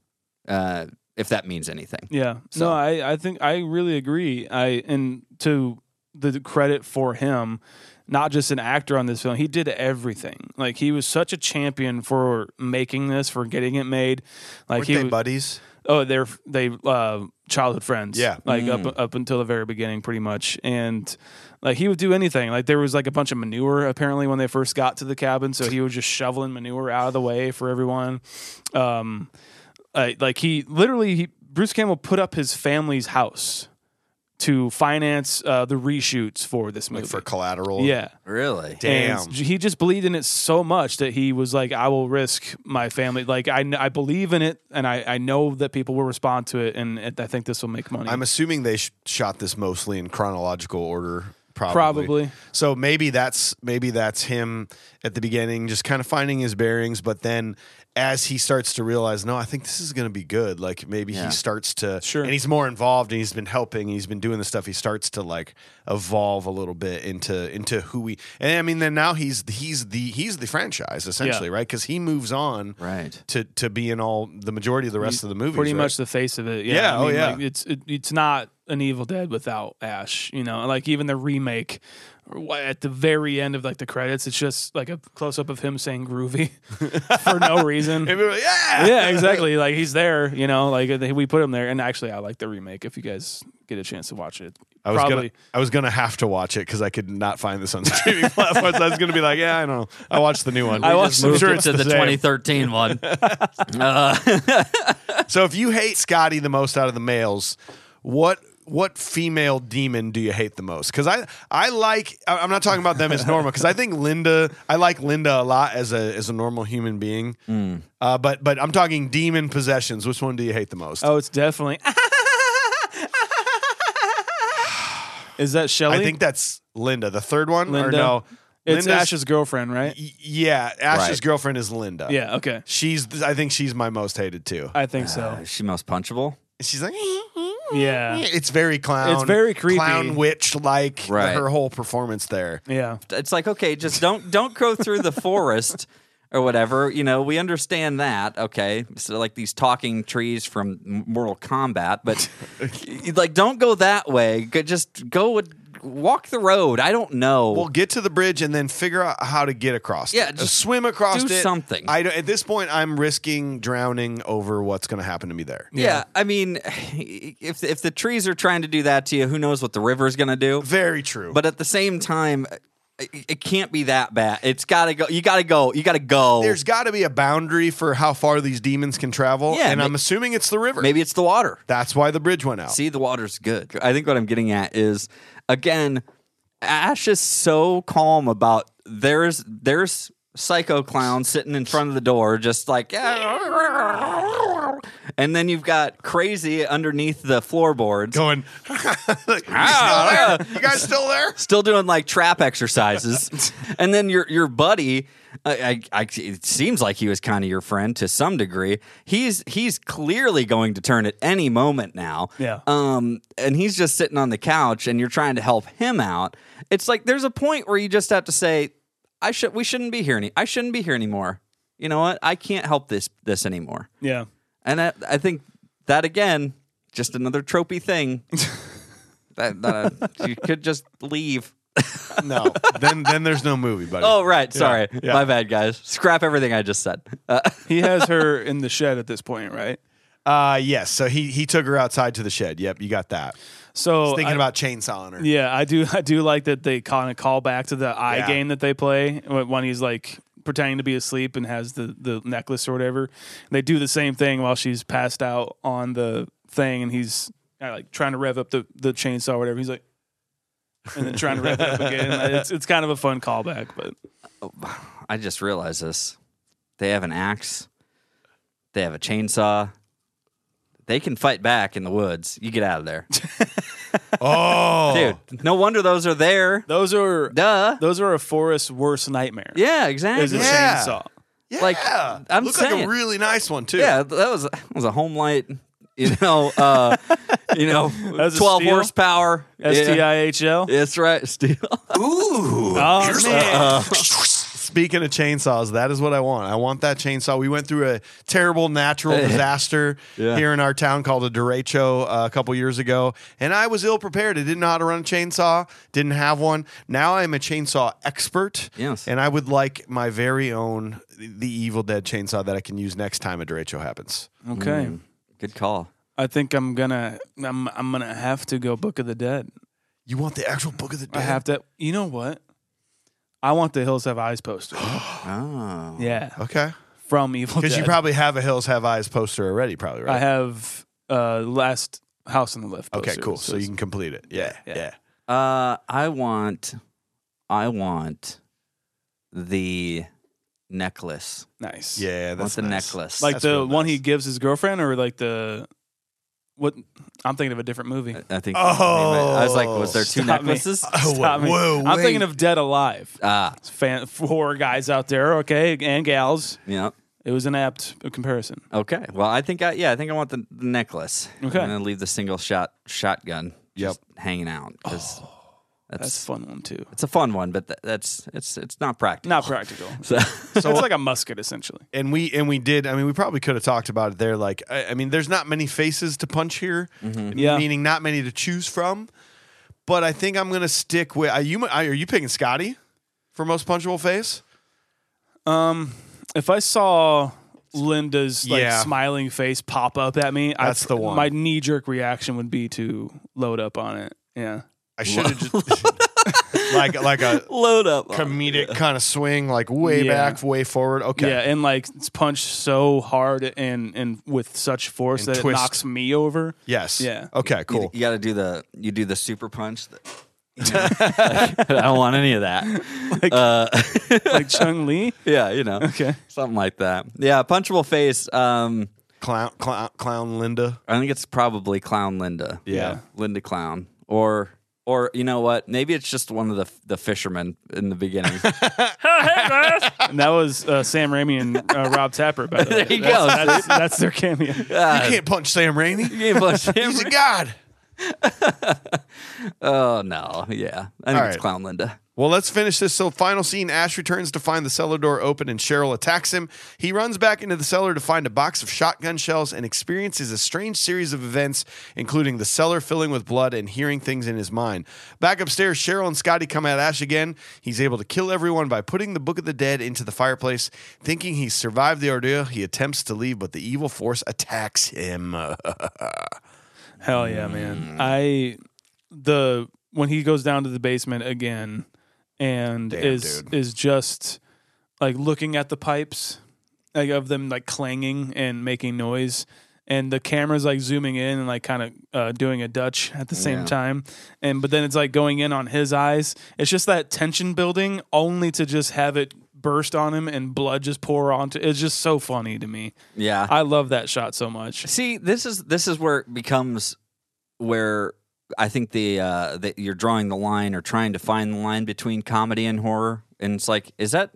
D: uh, if that means anything.
B: Yeah.
D: So-
B: No, I, I think I really agree. I and to the credit for him, not just an actor on this film, he did everything. Like he was such a champion for making this, for getting it made. Like
C: Weren't
B: he
C: they
B: was-
C: buddies?
B: Oh, they're they uh, childhood friends.
C: Yeah.
B: like up up until the very beginning, pretty much. And like he would do anything. Like there was like a bunch of manure apparently when they first got to the cabin, so he was just shoveling manure out of the way for everyone. Um, I- like he literally, he, Bruce Campbell put up his family's house to finance uh, the reshoots for this movie.
C: Like for collateral.
B: yeah.
D: Really?
C: Damn.
B: And he just believed in it so much that he was like, I will risk my family. Like, I, I believe in it and I, I know that people will respond to it. And I think this will make money.
C: I'm assuming they sh- shot this mostly in chronological order probably.
B: Probably.
C: So maybe that's maybe that's him at the beginning, just kind of finding his bearings. But then, as he starts to realize, no, I think this is going to be good. Like maybe he starts to,
B: Sure.
C: and he's more involved, and he's been helping, he's been doing the stuff. He starts to like evolve a little bit into into who he. And I mean, then now he's he's the he's the franchise essentially, right? Because he moves on,
D: Right.
C: to to be in all the majority of the rest of the movies.
B: pretty
C: right?
B: much the face of it. Yeah,
C: Yeah,
B: I
C: oh,
B: mean,
C: yeah.
B: Like it's it, it's not an Evil Dead without Ash. You know, like even the remake wh- at the very end of like the credits, it's just like a close up of him saying "groovy" [laughs] for no
C: [laughs]
B: reason.
C: And we were like, yeah,
B: yeah, exactly. Like he's there. You know, like they- we put him there. And actually, I like the remake. If you guys get a chance to watch it,
C: I was
B: probably.
C: gonna I was gonna have to watch it because I could not find this on [laughs] streaming platforms. I was gonna be like, yeah, I know. I watched the new one.
B: I watched
C: I'm
B: the-
D: Moved
C: sure
D: it
C: it's
D: to
C: the,
D: the,
C: same.
D: 2013 one. Uh,
C: So if you hate Scotty the most out of the males, what what female demon do you hate the most? Because I I like I- I'm not talking about them as normal because I think Linda I like Linda a lot as a as a normal human being.
B: Hmm.
C: Uh, but but I'm talking demon possessions. Which one do you hate the most?
B: Oh, it's definitely. Is that Shelly?
C: I think that's Linda. The third one or
B: Linda.
C: no?
B: it's
C: Linda's-
B: Ash's girlfriend, right?
C: Y- Yeah, Ash's
D: Right.
C: girlfriend is Linda.
B: Yeah. Okay.
C: She's. I think she's my most hated too.
B: I think so.
D: [laughs] is she most punchable?
C: She's
B: [laughs]
C: like, [laughs]
B: Yeah.
C: it's very clown.
B: It's very creepy.
C: Clown witch like
D: Right.
C: her whole performance there.
B: Yeah.
D: It's like okay, just don't don't go through the forest or whatever. You know, we understand that. Okay, so like these talking trees from Mortal Kombat, but [laughs] like don't go that way. Go- Just go with, walk the road. I don't know.
C: Well, get to the bridge and then figure out how to get across.
D: Yeah,
C: it.
D: just
C: swim across.
D: do
C: it.
D: something.
C: I don't- at this point, I'm risking drowning over what's going to happen to me there.
D: yeah. I mean, if if the trees are trying to do that to you, who knows what the river's going to do?
C: Very true.
D: But at the same time, it, it can't be that bad. It's got to go. You got to go. You got to go.
C: there's got to be a boundary for how far these demons can travel.
D: Yeah,
C: and
D: may-
C: I'm assuming it's the river.
D: Maybe it's the water.
C: that's why the bridge went out.
D: See, the water's good. I think what I'm getting at is, again, Ash is so calm about there's there's psycho clown sitting in front of the door, just like, and then you've got crazy underneath the
C: [laughs]
D: floorboards,
C: going. [laughs] like, you, still
D: Ah.
C: there? you guys still there?
D: [laughs] still doing like trap exercises, and then your your buddy. I, I, I, it seems like he was kind of your friend to some degree. He's he's clearly going to turn at any moment now.
B: Yeah.
D: Um, and he's just sitting on the couch, and you're trying to help him out. It's like there's a point where you just have to say, "I should. We shouldn't be here any. I shouldn't be here anymore. You know what? I can't help this this anymore."
B: Yeah.
D: And I, I think that again, just another tropey thing. that, that you could just leave.
C: [laughs] No. then then there's no movie, buddy.
D: Oh right, sorry,
C: yeah.
D: my bad, guys. Scrap everything I just said. Uh,
B: He has her in the shed at this point, right?
C: Uh yes. So he he took her outside to the shed. Yep, you got that.
B: So
C: Thinking
B: I-
C: about chainsawing her.
B: Yeah, I do. I do like that they kind of call back to the eye
C: Yeah.
B: game that they play when when he's like pretending to be asleep and has the the necklace or whatever. they do the same thing while she's passed out on the thing, and he's uh, like trying to rev up the the chainsaw or whatever. He's like. and then trying to rev it up again. It's, it's kind of a fun callback, but
D: [laughs] I just realized this. They have an axe. They have a chainsaw. They can fight back in the woods. You get out of [laughs] there,
C: Oh.
D: dude. No wonder those are there.
B: those are
D: Duh.
B: those are a forest's worst nightmare.
D: Yeah,
B: is
D: exactly.
B: a
C: Yeah.
B: chainsaw.
C: Yeah.
D: [laughs] Like, I'm
C: Looked like
D: saying.
C: a really nice one too.
D: Yeah, that was that was a home light. You know, [laughs] uh, you know,
B: was a
D: twelve
B: steal.
D: horsepower.
B: S T
D: Yeah. uh,
B: I H L.
D: That's right, steel. [laughs]
B: Oh man.
C: Speaking of chainsaws, that is what I want. I want that chainsaw. We went through a terrible
D: [laughs]
C: natural disaster
D: Yeah.
C: here in our town called a derecho uh, a couple years ago, and I was ill prepared. I didn't know how to run a chainsaw, didn't have one. Now I'm a chainsaw expert.
D: Yes.
C: And I would like my very own the Evil Dead chainsaw that I can use next time a derecho happens.
B: Okay.
D: Hmm. Good call.
B: I think I'm gonna I'm I'm gonna have to go Book of the Dead.
C: You want the actual Book of the Dead?
B: I have to. You know what? I want the Hills Have
C: [gasps]
B: Eyes poster.
D: Oh,
B: yeah,
C: Okay.
B: from Evil
C: Because
B: Dead.
C: you probably have a Hills Have Eyes poster already, probably, right?
B: I have uh, Last House on the Left.
C: Okay,
B: poster.
C: cool. So you
B: it's-
C: can complete it. Yeah, yeah.
B: Yeah.
D: Uh, I want, I want the necklace.
B: nice.
C: Yeah,
D: I want
C: that's
D: the
C: nice.
D: necklace.
B: like
C: That's
B: the
C: real
B: one
C: nice.
B: he gives his girlfriend, or like the What I'm thinking of a different
C: Uh,
B: movie.
D: I think. I was like, was there two
B: Oh, Stop me.
C: [laughs]
B: [laughs]
D: necklaces?
B: Stop me.
C: Oh, whoa,
B: I'm thinking
C: wait.
B: of Dead Alive.
D: Ah.
B: It's fan, four guys out there, okay, and gals.
D: Yeah.
B: It was an apt comparison.
D: Okay. Well, I think I yeah, I think I want the, the necklace.
B: Okay.
D: And then leave the single shot shotgun just
C: Yep.
D: hanging out 'cause that's,
B: That's a fun one too.
D: it's a fun one, but th- that's it's it's not practical.
B: Not practical.
D: [laughs] So,
C: [laughs]
B: so it's like a musket essentially.
C: and we and we did. I mean, we probably could have talked about it there. Like, I, I mean, there's not many faces to punch here,
B: Mm-hmm. Yeah.
C: meaning not many to choose from. But I think I'm gonna stick with. Are you are you picking Scotty for most punchable face?
B: If I saw Linda's like
C: Yeah.
B: smiling face pop up at me,
C: That's
B: I,
C: the one.
B: My knee jerk reaction would be to load up on it. Yeah.
C: I should have
B: [laughs]
C: just like like a
D: load up.
C: comedic kind of swing, like way
B: Yeah.
C: back, way forward. Okay,
B: Yeah, and like it's punched so hard and and with such force
C: And
B: that
C: twist.
B: it knocks me over.
C: yes,
B: Yeah.
C: okay,
D: You-
C: cool.
D: You, got to do the you do the super punch. [laughs] that- I don't want any of that. uh,
B: Like Chung Lee.
D: yeah, you know.
B: [laughs] Okay.
D: Something like that. Yeah, punchable face. Um,
C: Clown, clown, clown, Linda.
D: I think it's probably Clown Linda.
B: Yeah.
D: Linda Clown. Or or you know what? Maybe it's just one of the the fishermen in
B: [laughs]
D: the beginning.
B: And that was uh, Sam Raimi and uh, Rob Tapper. By the way.
D: [laughs] There you
B: that's,
D: go.
B: That's, that's their cameo.
C: you can't punch Sam [laughs] Raimi.
D: Game Boy's-
C: He's a god.
D: oh [laughs] no, yeah. I think it's
C: right.
D: Clown Linda.
C: Well, let's finish this. So, final scene Ash returns to find the cellar door open and Cheryl attacks him. He runs back into the cellar to find a box of shotgun shells and experiences a strange series of events, including the cellar filling with blood and hearing things in his mind. Back upstairs, Cheryl and Scotty come at Ash again. He's able to kill everyone by putting the Book of the Dead into the fireplace. Thinking he's survived the ordeal, he attempts to leave, but the evil force attacks him. [laughs]
B: Hell yeah,
C: Mm.
B: man. I the when he goes down to the basement again and
C: Damn,
B: is
C: dude.
B: is just like looking at the pipes like of them like clanging and making noise and the camera's like zooming in and like kind of uh, doing a dutch at the same
D: Yeah.
B: time and but then it's like going in on his eyes it's just that tension building only to just have it burst on him and blood just pour onto it's just so funny to me
D: Yeah.
B: i love that shot so much
D: See, this is this is where it becomes where I think the uh that you're drawing the line or trying to find the line between comedy and horror. And it's like, is that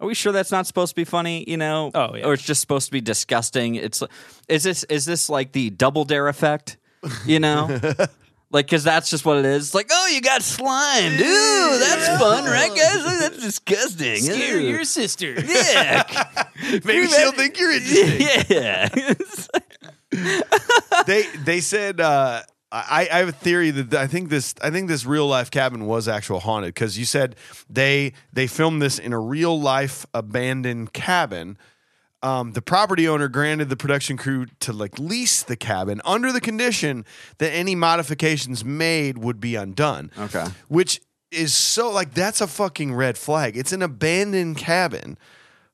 D: are we sure that's not supposed to be funny, you know?
B: Oh, yeah.
D: Or it's just supposed to be disgusting. It's li- is this is this like the double dare effect, you
C: [laughs]
D: know? Like, cause that's just what it is. It's like, oh, you got slime, dude. That's fun, right, guys? Look, That's disgusting. Ew.
B: sister
D: yeah,
C: [laughs] Maybe she'll think you're interesting.
D: [laughs] yeah. [laughs]
C: they they said uh, I, I have a theory that I think this I think this real life cabin was actual haunted because you said they they filmed this in a real life abandoned cabin. Um, the property owner granted the production crew to like lease the cabin under the condition that any modifications made would be undone.
D: Okay.
C: which is so like that's a fucking red flag. It's an abandoned cabin.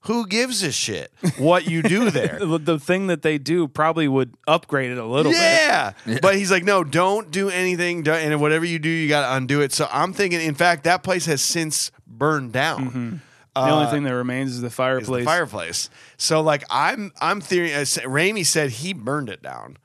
C: Who gives a shit what you do there?
B: the the thing that they do probably would upgrade it a [laughs] little bit.
C: Yeah. But he's like, no, don't do anything. Don't, and whatever you do, you got to undo it. So I'm thinking, in fact, that place has since burned down.
B: Mm-hmm. The only thing that remains is the
C: It's
B: fireplace.
C: Uh, the fireplace. So like I'm I'm theory. Uh, Sa- Raimi said he burned it down.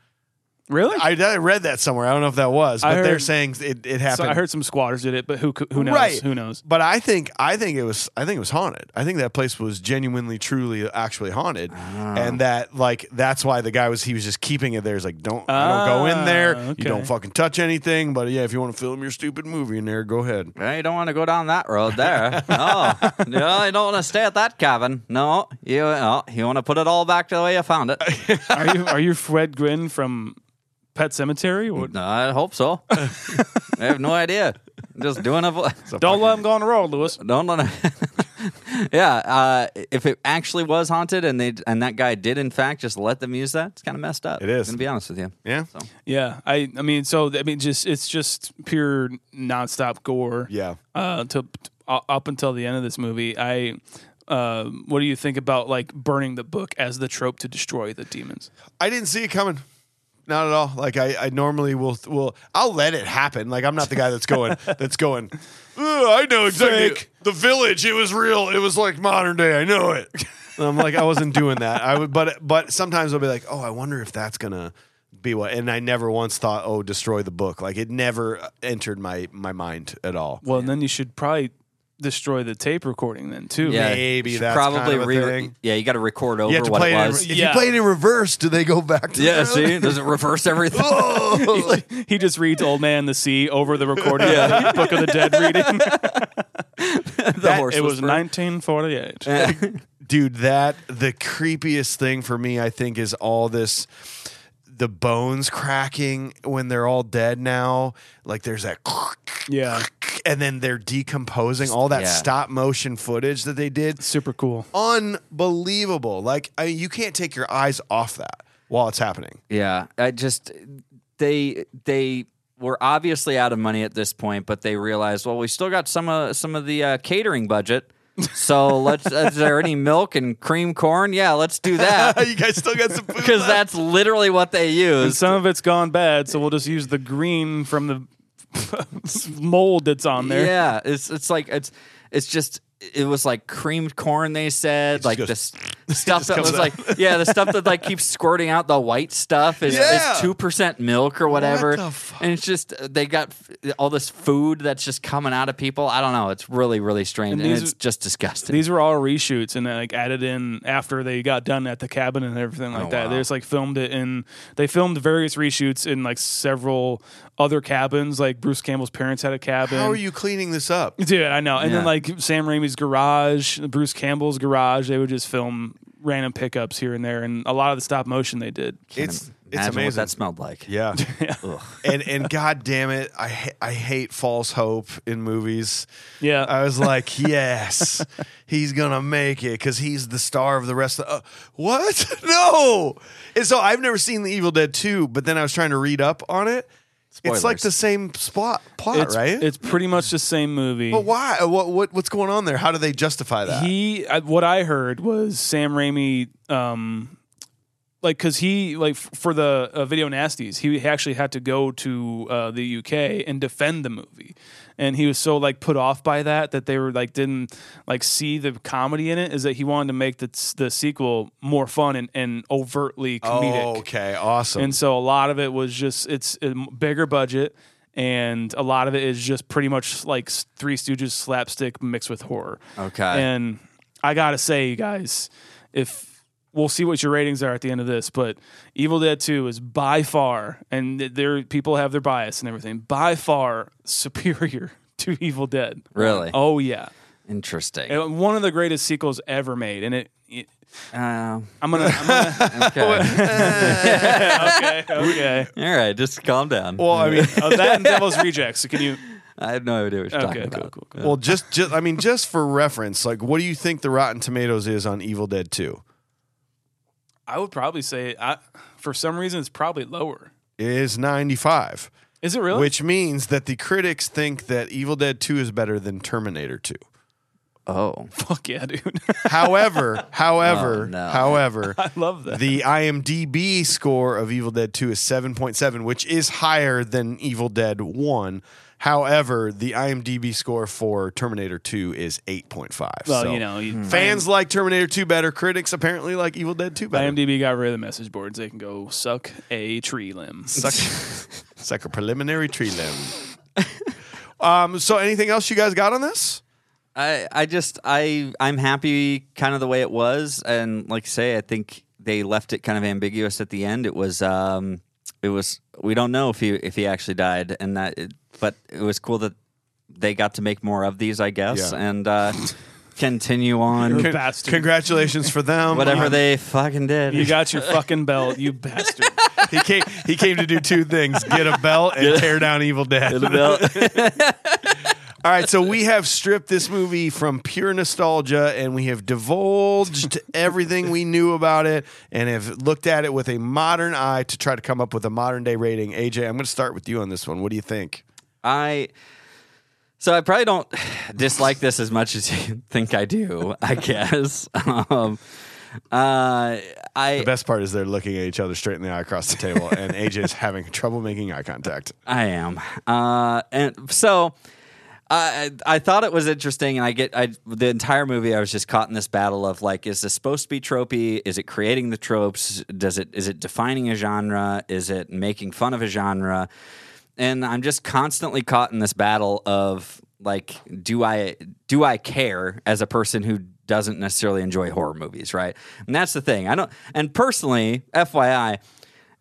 B: Really?
C: I, I read that somewhere. I don't know if that was,
B: I
C: but they're
B: heard-
C: saying it, it happened.
B: so I heard some squatters did it, but who c- who knows?
C: Right.
B: Who knows?
C: But I think I think it was I think it was haunted. I think that place was genuinely, truly, actually haunted,
B: Ah.
C: and that like that's why the guy was he was just keeping it there. He's like, don't I don't go in there.
B: Ah,
C: You don't
B: okay.
C: fucking touch anything. But yeah, if you want to film your stupid movie in there, go ahead.
D: Well, you don't want to go down that
C: [laughs]
D: road there. No, no, you don't want to stay at that cabin. No, you no, you want to put it all back to the way you found
C: [laughs]
D: it.
B: Are you are you Fred Grin from Pet Cemetery? Or-
C: Mm,
D: No, I
C: [laughs]
D: hope so. I have no idea. Just doing a. vo-
B: Don't let him go on the road, Lewis.
D: Don't let. [laughs] yeah, uh, if it actually was haunted and they and that guy did in fact just let them use that, it's kind of messed up.
C: It is.
D: I'm gonna be honest with you.
C: Yeah,
D: So.
B: Yeah, I I mean, so I mean, just it's just pure nonstop gore.
C: yeah.
B: uh, to, t- uh, up until the end of this movie. I, uh, what do you think about like burning the book as the trope to destroy the demons?
C: I didn't see it coming. Not at all. Like I, I normally will will I'll let it happen. Like I'm not the guy that's [laughs] going that's going. "Ugh, I know exactly
B: Fake.
C: the village. It was real. It was like modern day. I know it. And I'm like I wasn't doing that. I would, but but sometimes I'll be like, oh, I wonder if that's gonna be what. And I never once thought, oh, destroy the book. Like it never uh, entered my my mind at all.
B: Well, then you should probably destroy the tape recording then too.
C: Maybe
D: you should
C: that's kind of a thing.
D: Yeah, you got to record over
C: You have to
D: what
C: play
D: it
C: it. In,
D: was.
C: if you
B: Yeah.
C: play it in reverse, do they go back to? [laughs]
D: yeah,
C: the-
D: see, does it reverse everything?
C: [laughs]
D: [laughs]
C: Oh!
B: [laughs] He just reads Old Man the Sea over the recording of the Book of the Dead reading. [laughs]
D: the horse
B: it was
D: whisperer.
B: 1948.
C: dude that the creepiest thing for me i think is all this the bones cracking when they're all dead now like there's that
B: Yeah.
C: and then they're decomposing all that
D: Yeah.
C: stop motion footage that they did
B: Super cool.
C: unbelievable like I you can't take your eyes off that while it's happening
D: Yeah, I just they they were obviously out of money at this point, but they realized, well, we still got some of some of the uh, catering budget. So let's. [laughs] is there any milk and cream corn? Yeah, let's do
C: [laughs]
D: that
C: you guys still got
D: [laughs]
C: some food
D: because that's literally what they use.
B: Some of it's gone bad, so we'll just use the green from the [laughs] mold that's on there.
D: Yeah, it's it's like it's it's just it was like creamed corn. They said like
C: goes-
D: this stuff that
C: comes
D: was like yeah, the stuff that like keeps squirting out the white stuff is
C: Yeah.
D: is two percent milk or whatever.
C: the fuck?
D: And it's just uh, they got f- all this food that's just coming out of people. I don't know. It's really really strange and,
B: these
D: it's
B: are-
D: just disgusting.
B: These were all reshoots and then, like added in after they got done at the cabin and everything like that. They just like filmed it in they filmed various reshoots in like several other cabins. Like Bruce Campbell's parents had a cabin.
C: how are you cleaning this up
B: Dude, I know. And then
D: Yeah.
B: like Sam Raimi's garage, Bruce Campbell's garage, they would just film random pickups here and there and a lot of the stop motion they did.
C: it's it's
D: Imagine
C: amazing
D: what that smelled like. [laughs]
C: Yeah. And and god damn it, I ha- I hate false hope in movies.
B: Yeah.
C: I was like, yes, he's gonna make it because he's the star of the rest of. Uh, what? [laughs] No. And so I've never seen The Evil Dead two, but then I was trying to read up on it. It's like
D: Spoilers.
C: the same plot, plot,
B: It's,
C: right?
B: it's pretty much the same movie.
C: but why? uh, What what what's going on there? How do they justify that?
B: He, I, what I heard was Sam Raimi, um, like, cause he, like, f- for the uh, video nasties, he actually had to go to uh, the UK and defend the movie, and he was so like put off by that that they were like didn't like see the comedy in it. Is that he wanted to make the the sequel more fun and, and overtly comedic.
C: oh, okay, awesome.
B: And so a lot of it was just it's a m- bigger budget, and a lot of it is just pretty much like s- Three Stooges slapstick mixed with horror.
D: Okay.
B: And I gotta say, you guys, if we'll see what your ratings are at the end of this, but Evil Dead Two is by far, and th- there people have their bias and everything, by far superior [laughs] to Evil Dead.
D: Really?
B: Oh yeah,
D: Interesting.
B: And one of the greatest sequels ever made, and it. it
D: Uh,
B: I'm gonna. I'm gonna
D: [laughs] okay.
B: [laughs] okay. Okay.
D: All right, just calm down.
B: Well,
C: [laughs]
B: I mean, uh, that and Devil's Rejects. Can you?
D: I have no idea what you're
B: Okay.
D: talking
B: Cool.
D: about.
B: Cool. cool.
C: well, just, just I mean, just for reference, like, what do you think the Rotten Tomatoes is on Evil Dead Two?
B: I would probably say, I, for some reason, it's probably lower.
C: It is ninety five.
B: Is it really?
C: Which means that the critics think that Evil Dead 2 is better than Terminator 2.
D: Oh,
B: [laughs] Fuck yeah, dude. [laughs]
C: However, however,
D: [laughs] Oh, no.
C: however,
B: I love that.
C: the IMDb score of Evil Dead 2 is 7.7, which is higher than Evil Dead 1. However, the IMDb score for Terminator 2 is 8.5.
B: well,
C: So hmm.
B: you know, you,
C: Fans like Terminator 2 better. Critics apparently like Evil Dead 2 better.
B: IMDb got rid of the message boards. They can go suck a tree
C: [laughs]
B: limb.
C: Suck- it's like a preliminary tree limb.
B: [laughs]
C: um, so, anything else you guys got on this?
D: I I just I I'm happy kind of the way it was, and like I say, I think they left it kind of ambiguous at the end. It was um it was we don't know if he if he actually died, and that it, but it was cool that they got to make more of these, I guess,
C: Yeah.
B: [laughs]
D: and uh, continue on
B: You're- Bastard.
C: Congratulations for them. Um,
D: whatever they fucking
B: [laughs]
D: did.
B: You got your fucking belt,
C: [laughs]
B: you bastard.
C: He came. He came to do two things: get a belt
D: [laughs]
C: and tear down Evil Dead. All right, so we have stripped this movie from pure nostalgia, and we have divulged everything we knew about it, and have looked at it with a modern eye to try to come up with a modern day rating. AJ, I'm going to start with you on this one. What do you think?
D: I so I probably don't dislike this as much as you think I do. I guess. [laughs] Um, uh, I
C: The best part is they're looking at each other straight in the eye across the table, and AJ's having trouble making eye contact.
D: I am. Uh, and so I I I thought it was interesting, and I get I the entire movie. I was just caught in this battle of like, is this supposed to be tropey? Is it creating the tropes? Does it is it defining a genre? Is it making fun of a genre? And I'm just constantly caught in this battle of like, do I do I care as a person who doesn't necessarily enjoy horror movies, right? And that's the thing. I don't. And personally, FYI,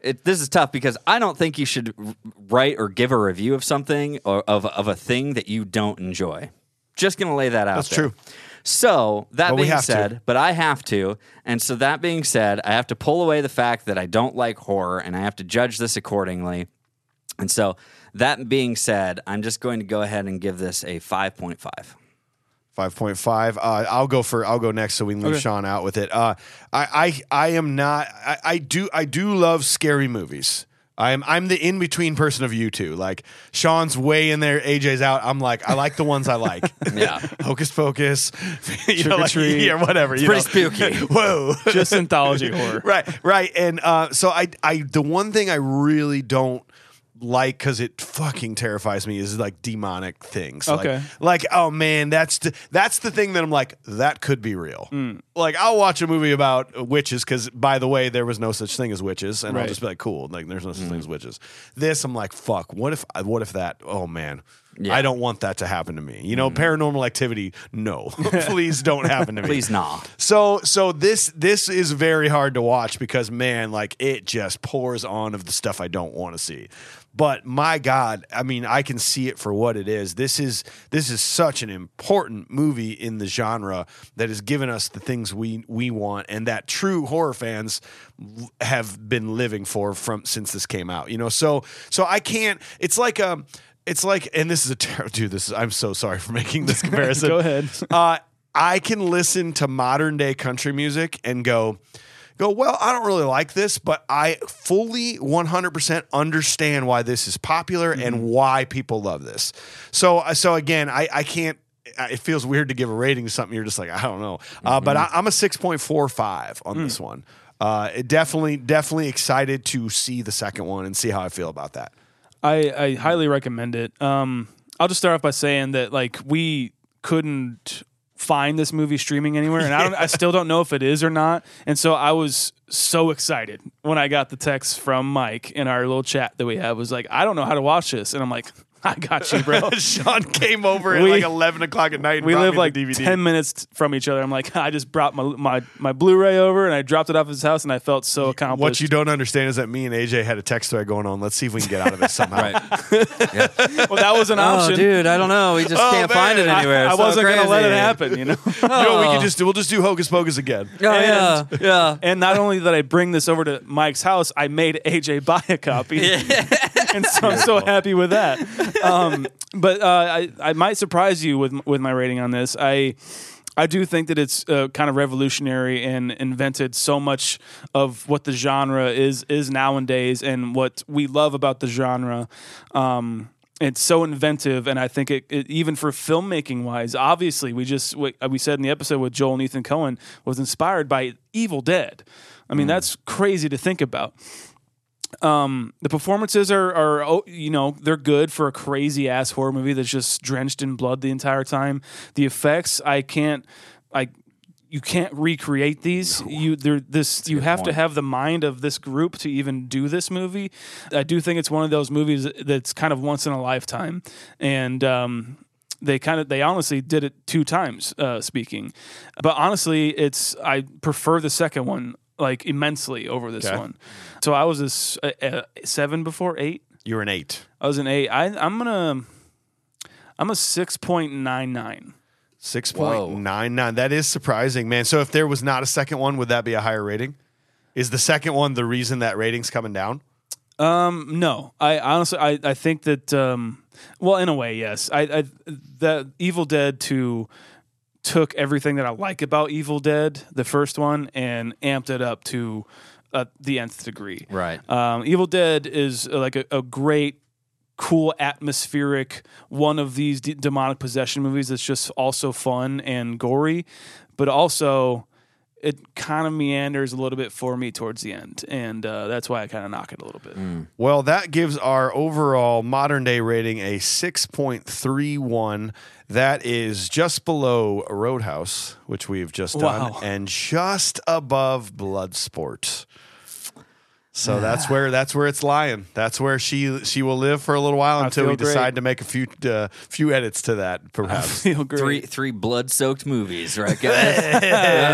D: it, this is tough because I don't think you should r- write or give a review of something or of, of a thing that you don't enjoy. Just gonna lay that out.
C: That's
D: there.
C: true.
D: So that
C: But we
D: being
C: have to.
D: said, but I have to, and so that being said, I have to pull away the fact that I don't like horror, and I have to judge this accordingly. And so that being said, I'm just going to go ahead and give this a 5.5.
C: Five point five. Uh, I'll go for. I'll go next, so we can leave Sean out with it. Uh, I, I, I am not. I, I do. I do love scary movies. I'm. I'm the in between person of you two. Like Sean's way in there. AJ's out. I'm like. I like the ones I like.
D: [laughs] Yeah.
C: [laughs] Hocus Pocus. [laughs] you know,
B: or
C: like,
B: treat.
C: Yeah, whatever. you
D: Pretty
C: know.
D: spooky.
C: [laughs] Whoa.
B: Just anthology horror.
C: [laughs] right, right. And uh, so I, I, the one thing I really don't like because it fucking terrifies me is like demonic things. Like-
B: Okay.
C: Like, oh man, that's the, that's the thing that I'm like that could be real.
B: Mm.
C: Like I'll watch a movie about uh, witches because by the way there was no such thing as witches, and I'll
B: Right. Mm.
C: just be like cool. Like there's no such thing as witches. This I'm like fuck. What if what if that? Oh man. I don't want that to happen to me. You
B: Mm-hmm.
C: know, paranormal activity,
B: [laughs]
C: no. [laughs] Please don't happen to me.
D: Please, nah.
C: So so this this is very hard to watch because man, like it just pours on of the stuff I don't want to see. But my God, I mean, I can see it for what it is. This is this is such an important movie in the genre that has given us the things we we want and that true horror fans l- have been living for from since this came out. You know, so so I can't. It's like um, it's like, and this is a terrible dude. This is, I'm so sorry for making this comparison.
B: [laughs] Go ahead.
C: Uh, I can listen to modern day country music and go, go. Well, I don't really like this, but I fully 100% understand why this is popular and
B: Mm-hmm.
C: why people love this. So, uh, so again, I, I can't. uh, It feels weird to give a rating to something you're just like I don't know, uh,
B: Mm-hmm.
C: but I, I'm a 6.45 on this
B: Mm.
C: one. Uh, it definitely, definitely excited to see the second one and see how I feel about that. [laughs]
B: I, I highly recommend it. Um, I'll just start off by saying that like we couldn't find this movie streaming anywhere, and I don't,
D: [laughs]
B: I still don't know if it is or not. And so I was so excited when I got the text from Mike in our little chat that we had was like, I don't know how to watch this, and I'm like, [laughs] I got you,
D: [laughs]
B: bro.
C: Sean came over at
B: We-
C: like 11 o'clock at night. And
B: We
C: brought
B: live
C: me the
B: like
C: DVD.
B: ten minutes t- from each other. I'm like, [laughs] I just brought my my my Blu-ray over and I dropped it off at his house, and I felt so accomplished.
C: What you don't understand is that me and AJ had a text thread going on. Let's see if we can get out of this somehow.
B: well, that was an
D: [laughs] Oh,
B: option.
D: dude, I don't know. We just can't find it
B: [laughs] I-
D: anywhere.
B: I,
D: It's so
B: wasn't gonna let it
D: crazy.
B: happen, you know.
D: [laughs]
C: You know, we can just do, we'll just do Hocus Pocus again.
D: Oh, yeah, yeah.
B: And not only did I bring this over to Mike's house, I made AJ buy a copy. [laughs] and so I'm so happy with that. Um, but uh, I, I might surprise you with with my rating on this. I I do think that it's uh, kind of revolutionary and invented so much of what the genre is is nowadays and what we love about the genre. Um, it's so inventive, and I think it, it even for filmmaking wise. Obviously, we just we, uh, we said in the episode with Joel and Ethan Cohen was inspired by Evil Dead. I mean, that's crazy to think about the performances are are oh, you know they're good for a crazy ass horror movie that's just drenched in blood the entire time. The effects I can't I you can't recreate these. You there this you have to have the mind of this group to even do this movie. I do think it's one of those movies that's kind of once in a lifetime and. um they kind of they honestly did it two times uh, speaking but honestly it's i prefer the second one like immensely over this one so i was a, s- a- a seven before eight
C: You're an eight.
B: i was an eight I, i'm gonna i'm a 6.99
C: 6.99. That is surprising, man. So if there was not a second one, would that be a higher rating? Is the second one the reason that rating's coming down?
B: Um, no i honestly i, I think that um, well in a way yes i, I the evil dead 2 took everything that i like about evil dead the first one and amped it up to uh, the nth degree
D: Right.
B: Um, Evil Dead is uh, like a, a great, cool, atmospheric one of these d- demonic possession movies that's just also fun and gory, but also it kind of meanders a little bit for me towards the end, and uh, that's why I kind of knock it a little bit.
C: Well, that gives our overall modern day rating a 6.31. That is just below Roadhouse, which we've just
B: Wow.
C: done, and just above Bloodsport. So that's where that's where it's lying. That's where she she will live for a little while until
B: feel
C: we
B: great.
C: decide to make a few uh, few edits to that, perhaps.
B: Feel great.
D: Three three blood soaked movies, right, guys? All